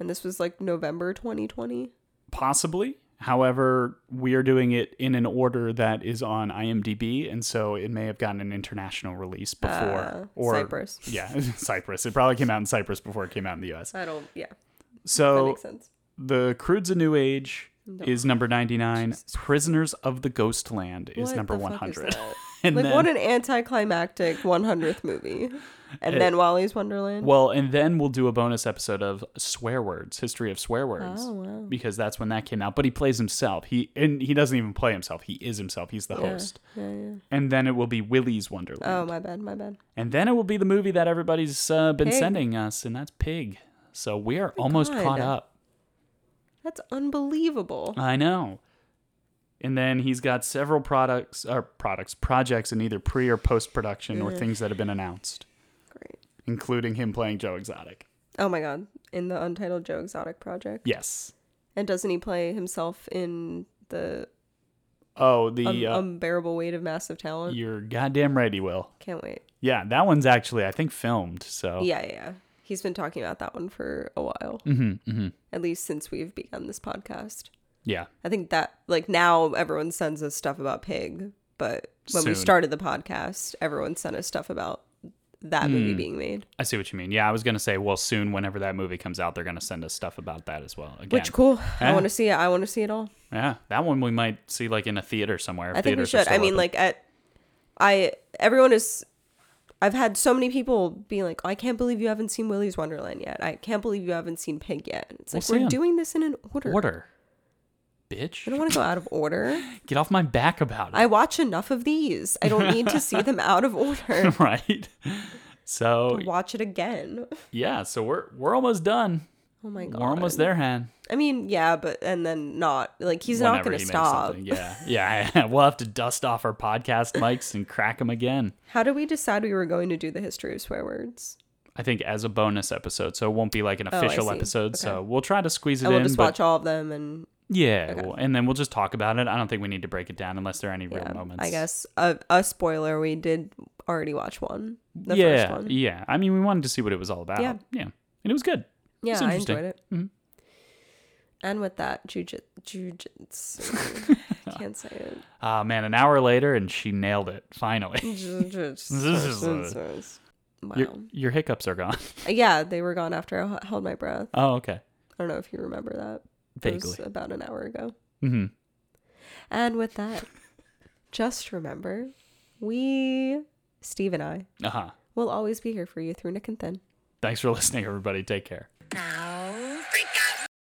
Speaker 2: and this was like November 2020.
Speaker 1: possibly. However, we are doing it in an order that is on IMDb, and so it may have gotten an international release before.
Speaker 2: Uh, Cyprus.
Speaker 1: Yeah, Cyprus. It probably came out in Cyprus before it came out in the US.
Speaker 2: I don't. Yeah, that
Speaker 1: So,
Speaker 2: makes sense.
Speaker 1: The Crude's a New Age
Speaker 2: No.
Speaker 1: is number 99. Prisoners of the Ghostland is
Speaker 2: What
Speaker 1: number
Speaker 2: the fuck is
Speaker 1: 100.
Speaker 2: that?
Speaker 1: and
Speaker 2: like
Speaker 1: then,
Speaker 2: what an anticlimactic 100th movie and then wally's wonderland
Speaker 1: well, and then we'll do a bonus episode of swear words, history of swear words,
Speaker 2: Oh, wow.
Speaker 1: because that's when that came out. But he plays himself. He and he doesn't even play himself. He is himself. He's the host.
Speaker 2: yeah, yeah.
Speaker 1: And then it will be Willy's Wonderland.
Speaker 2: oh my bad my bad
Speaker 1: And then it will be the movie that everybody's uh, been
Speaker 2: Pig.
Speaker 1: sending us, and that's Pig. So we are almost
Speaker 2: God.
Speaker 1: caught up.
Speaker 2: that's unbelievable
Speaker 1: I know. And then he's got several products or products projects in either pre or post production or things that have been announced,
Speaker 2: great
Speaker 1: including him playing Joe Exotic.
Speaker 2: oh my god in the untitled joe exotic project
Speaker 1: Yes.
Speaker 2: and doesn't he play himself in the
Speaker 1: Oh, the
Speaker 2: un-
Speaker 1: uh,
Speaker 2: unbearable weight of massive talent
Speaker 1: you're goddamn right he will.
Speaker 2: can't wait
Speaker 1: Yeah, that one's actually I think filmed. So
Speaker 2: yeah yeah, yeah he's been talking about that one for a while
Speaker 1: Mm-hmm, mm-hmm.
Speaker 2: at least since we've begun this podcast
Speaker 1: Yeah.
Speaker 2: I think that like now everyone sends us stuff about Pig, but when
Speaker 1: Soon.
Speaker 2: we started the podcast, everyone sent us stuff about that
Speaker 1: Mm.
Speaker 2: movie being made.
Speaker 1: I see what you mean. Yeah, I was gonna say, well, soon, whenever that movie comes out, they're gonna send us stuff about that as well. Again,
Speaker 2: Which cool. I
Speaker 1: Yeah. Eh?
Speaker 2: want to see it. I want to see it all.
Speaker 1: yeah, that one we might see like in a theater somewhere. if
Speaker 2: I think we
Speaker 1: theaters are
Speaker 2: should. I
Speaker 1: still
Speaker 2: mean,
Speaker 1: open.
Speaker 2: like at I everyone is. I've had so many people be like, "I can't believe you haven't seen Willy's Wonderland yet. I can't believe you haven't seen Pig yet." It's like
Speaker 1: We'll see
Speaker 2: we're
Speaker 1: 'em.
Speaker 2: doing this in an order.
Speaker 1: order, bitch,
Speaker 2: I don't want to go out of order.
Speaker 1: get off my back about it.
Speaker 2: I watch enough of these. I don't need to see them out of order.
Speaker 1: right? So
Speaker 2: Watch it again.
Speaker 1: yeah, so we're we're almost done.
Speaker 2: Oh my god.
Speaker 1: We're almost there, Han.
Speaker 2: I mean, yeah, but and then not like he's not
Speaker 1: Whenever
Speaker 2: going
Speaker 1: he
Speaker 2: to
Speaker 1: makes
Speaker 2: stop.
Speaker 1: something. Yeah, yeah. we'll have to dust off our podcast mics and crack them again.
Speaker 2: How did we decide we were going to do the history of swear words?
Speaker 1: I think as a bonus episode, so it won't be like an
Speaker 2: Oh, I
Speaker 1: official
Speaker 2: see.
Speaker 1: episode. So
Speaker 2: Okay.
Speaker 1: we'll try to squeeze it
Speaker 2: And we'll
Speaker 1: in,
Speaker 2: just
Speaker 1: but
Speaker 2: watch all of them, and
Speaker 1: yeah,
Speaker 2: Okay.
Speaker 1: we'll- and then we'll just talk about it. I don't think we need to break it down unless there are any
Speaker 2: yeah,
Speaker 1: real moments.
Speaker 2: I guess a, a spoiler. We did already watch one, the
Speaker 1: yeah,
Speaker 2: first one.
Speaker 1: yeah. I mean, we wanted to see what it was all about.
Speaker 2: Yeah.
Speaker 1: yeah. And it was good.
Speaker 2: Yeah, I
Speaker 1: interesting. Mm-hmm.
Speaker 2: enjoyed it.
Speaker 1: Mhm.
Speaker 2: And with that, jujit- jujitsu. I can't say it.
Speaker 1: Ah, man, an hour later, and she nailed it finally.
Speaker 2: Jujitsu.
Speaker 1: your,
Speaker 2: wow.
Speaker 1: your hiccups are gone.
Speaker 2: Yeah, they were gone after I h- held my breath.
Speaker 1: oh, okay.
Speaker 2: I don't know if you remember that. It
Speaker 1: Vaguely.
Speaker 2: was about an hour ago.
Speaker 1: hmm
Speaker 2: And with that, just remember, we, Steve and I,
Speaker 1: Uh huh.
Speaker 2: will always be here for you through Nick and Thin.
Speaker 1: Thanks for listening, everybody. Take care.
Speaker 3: Ow.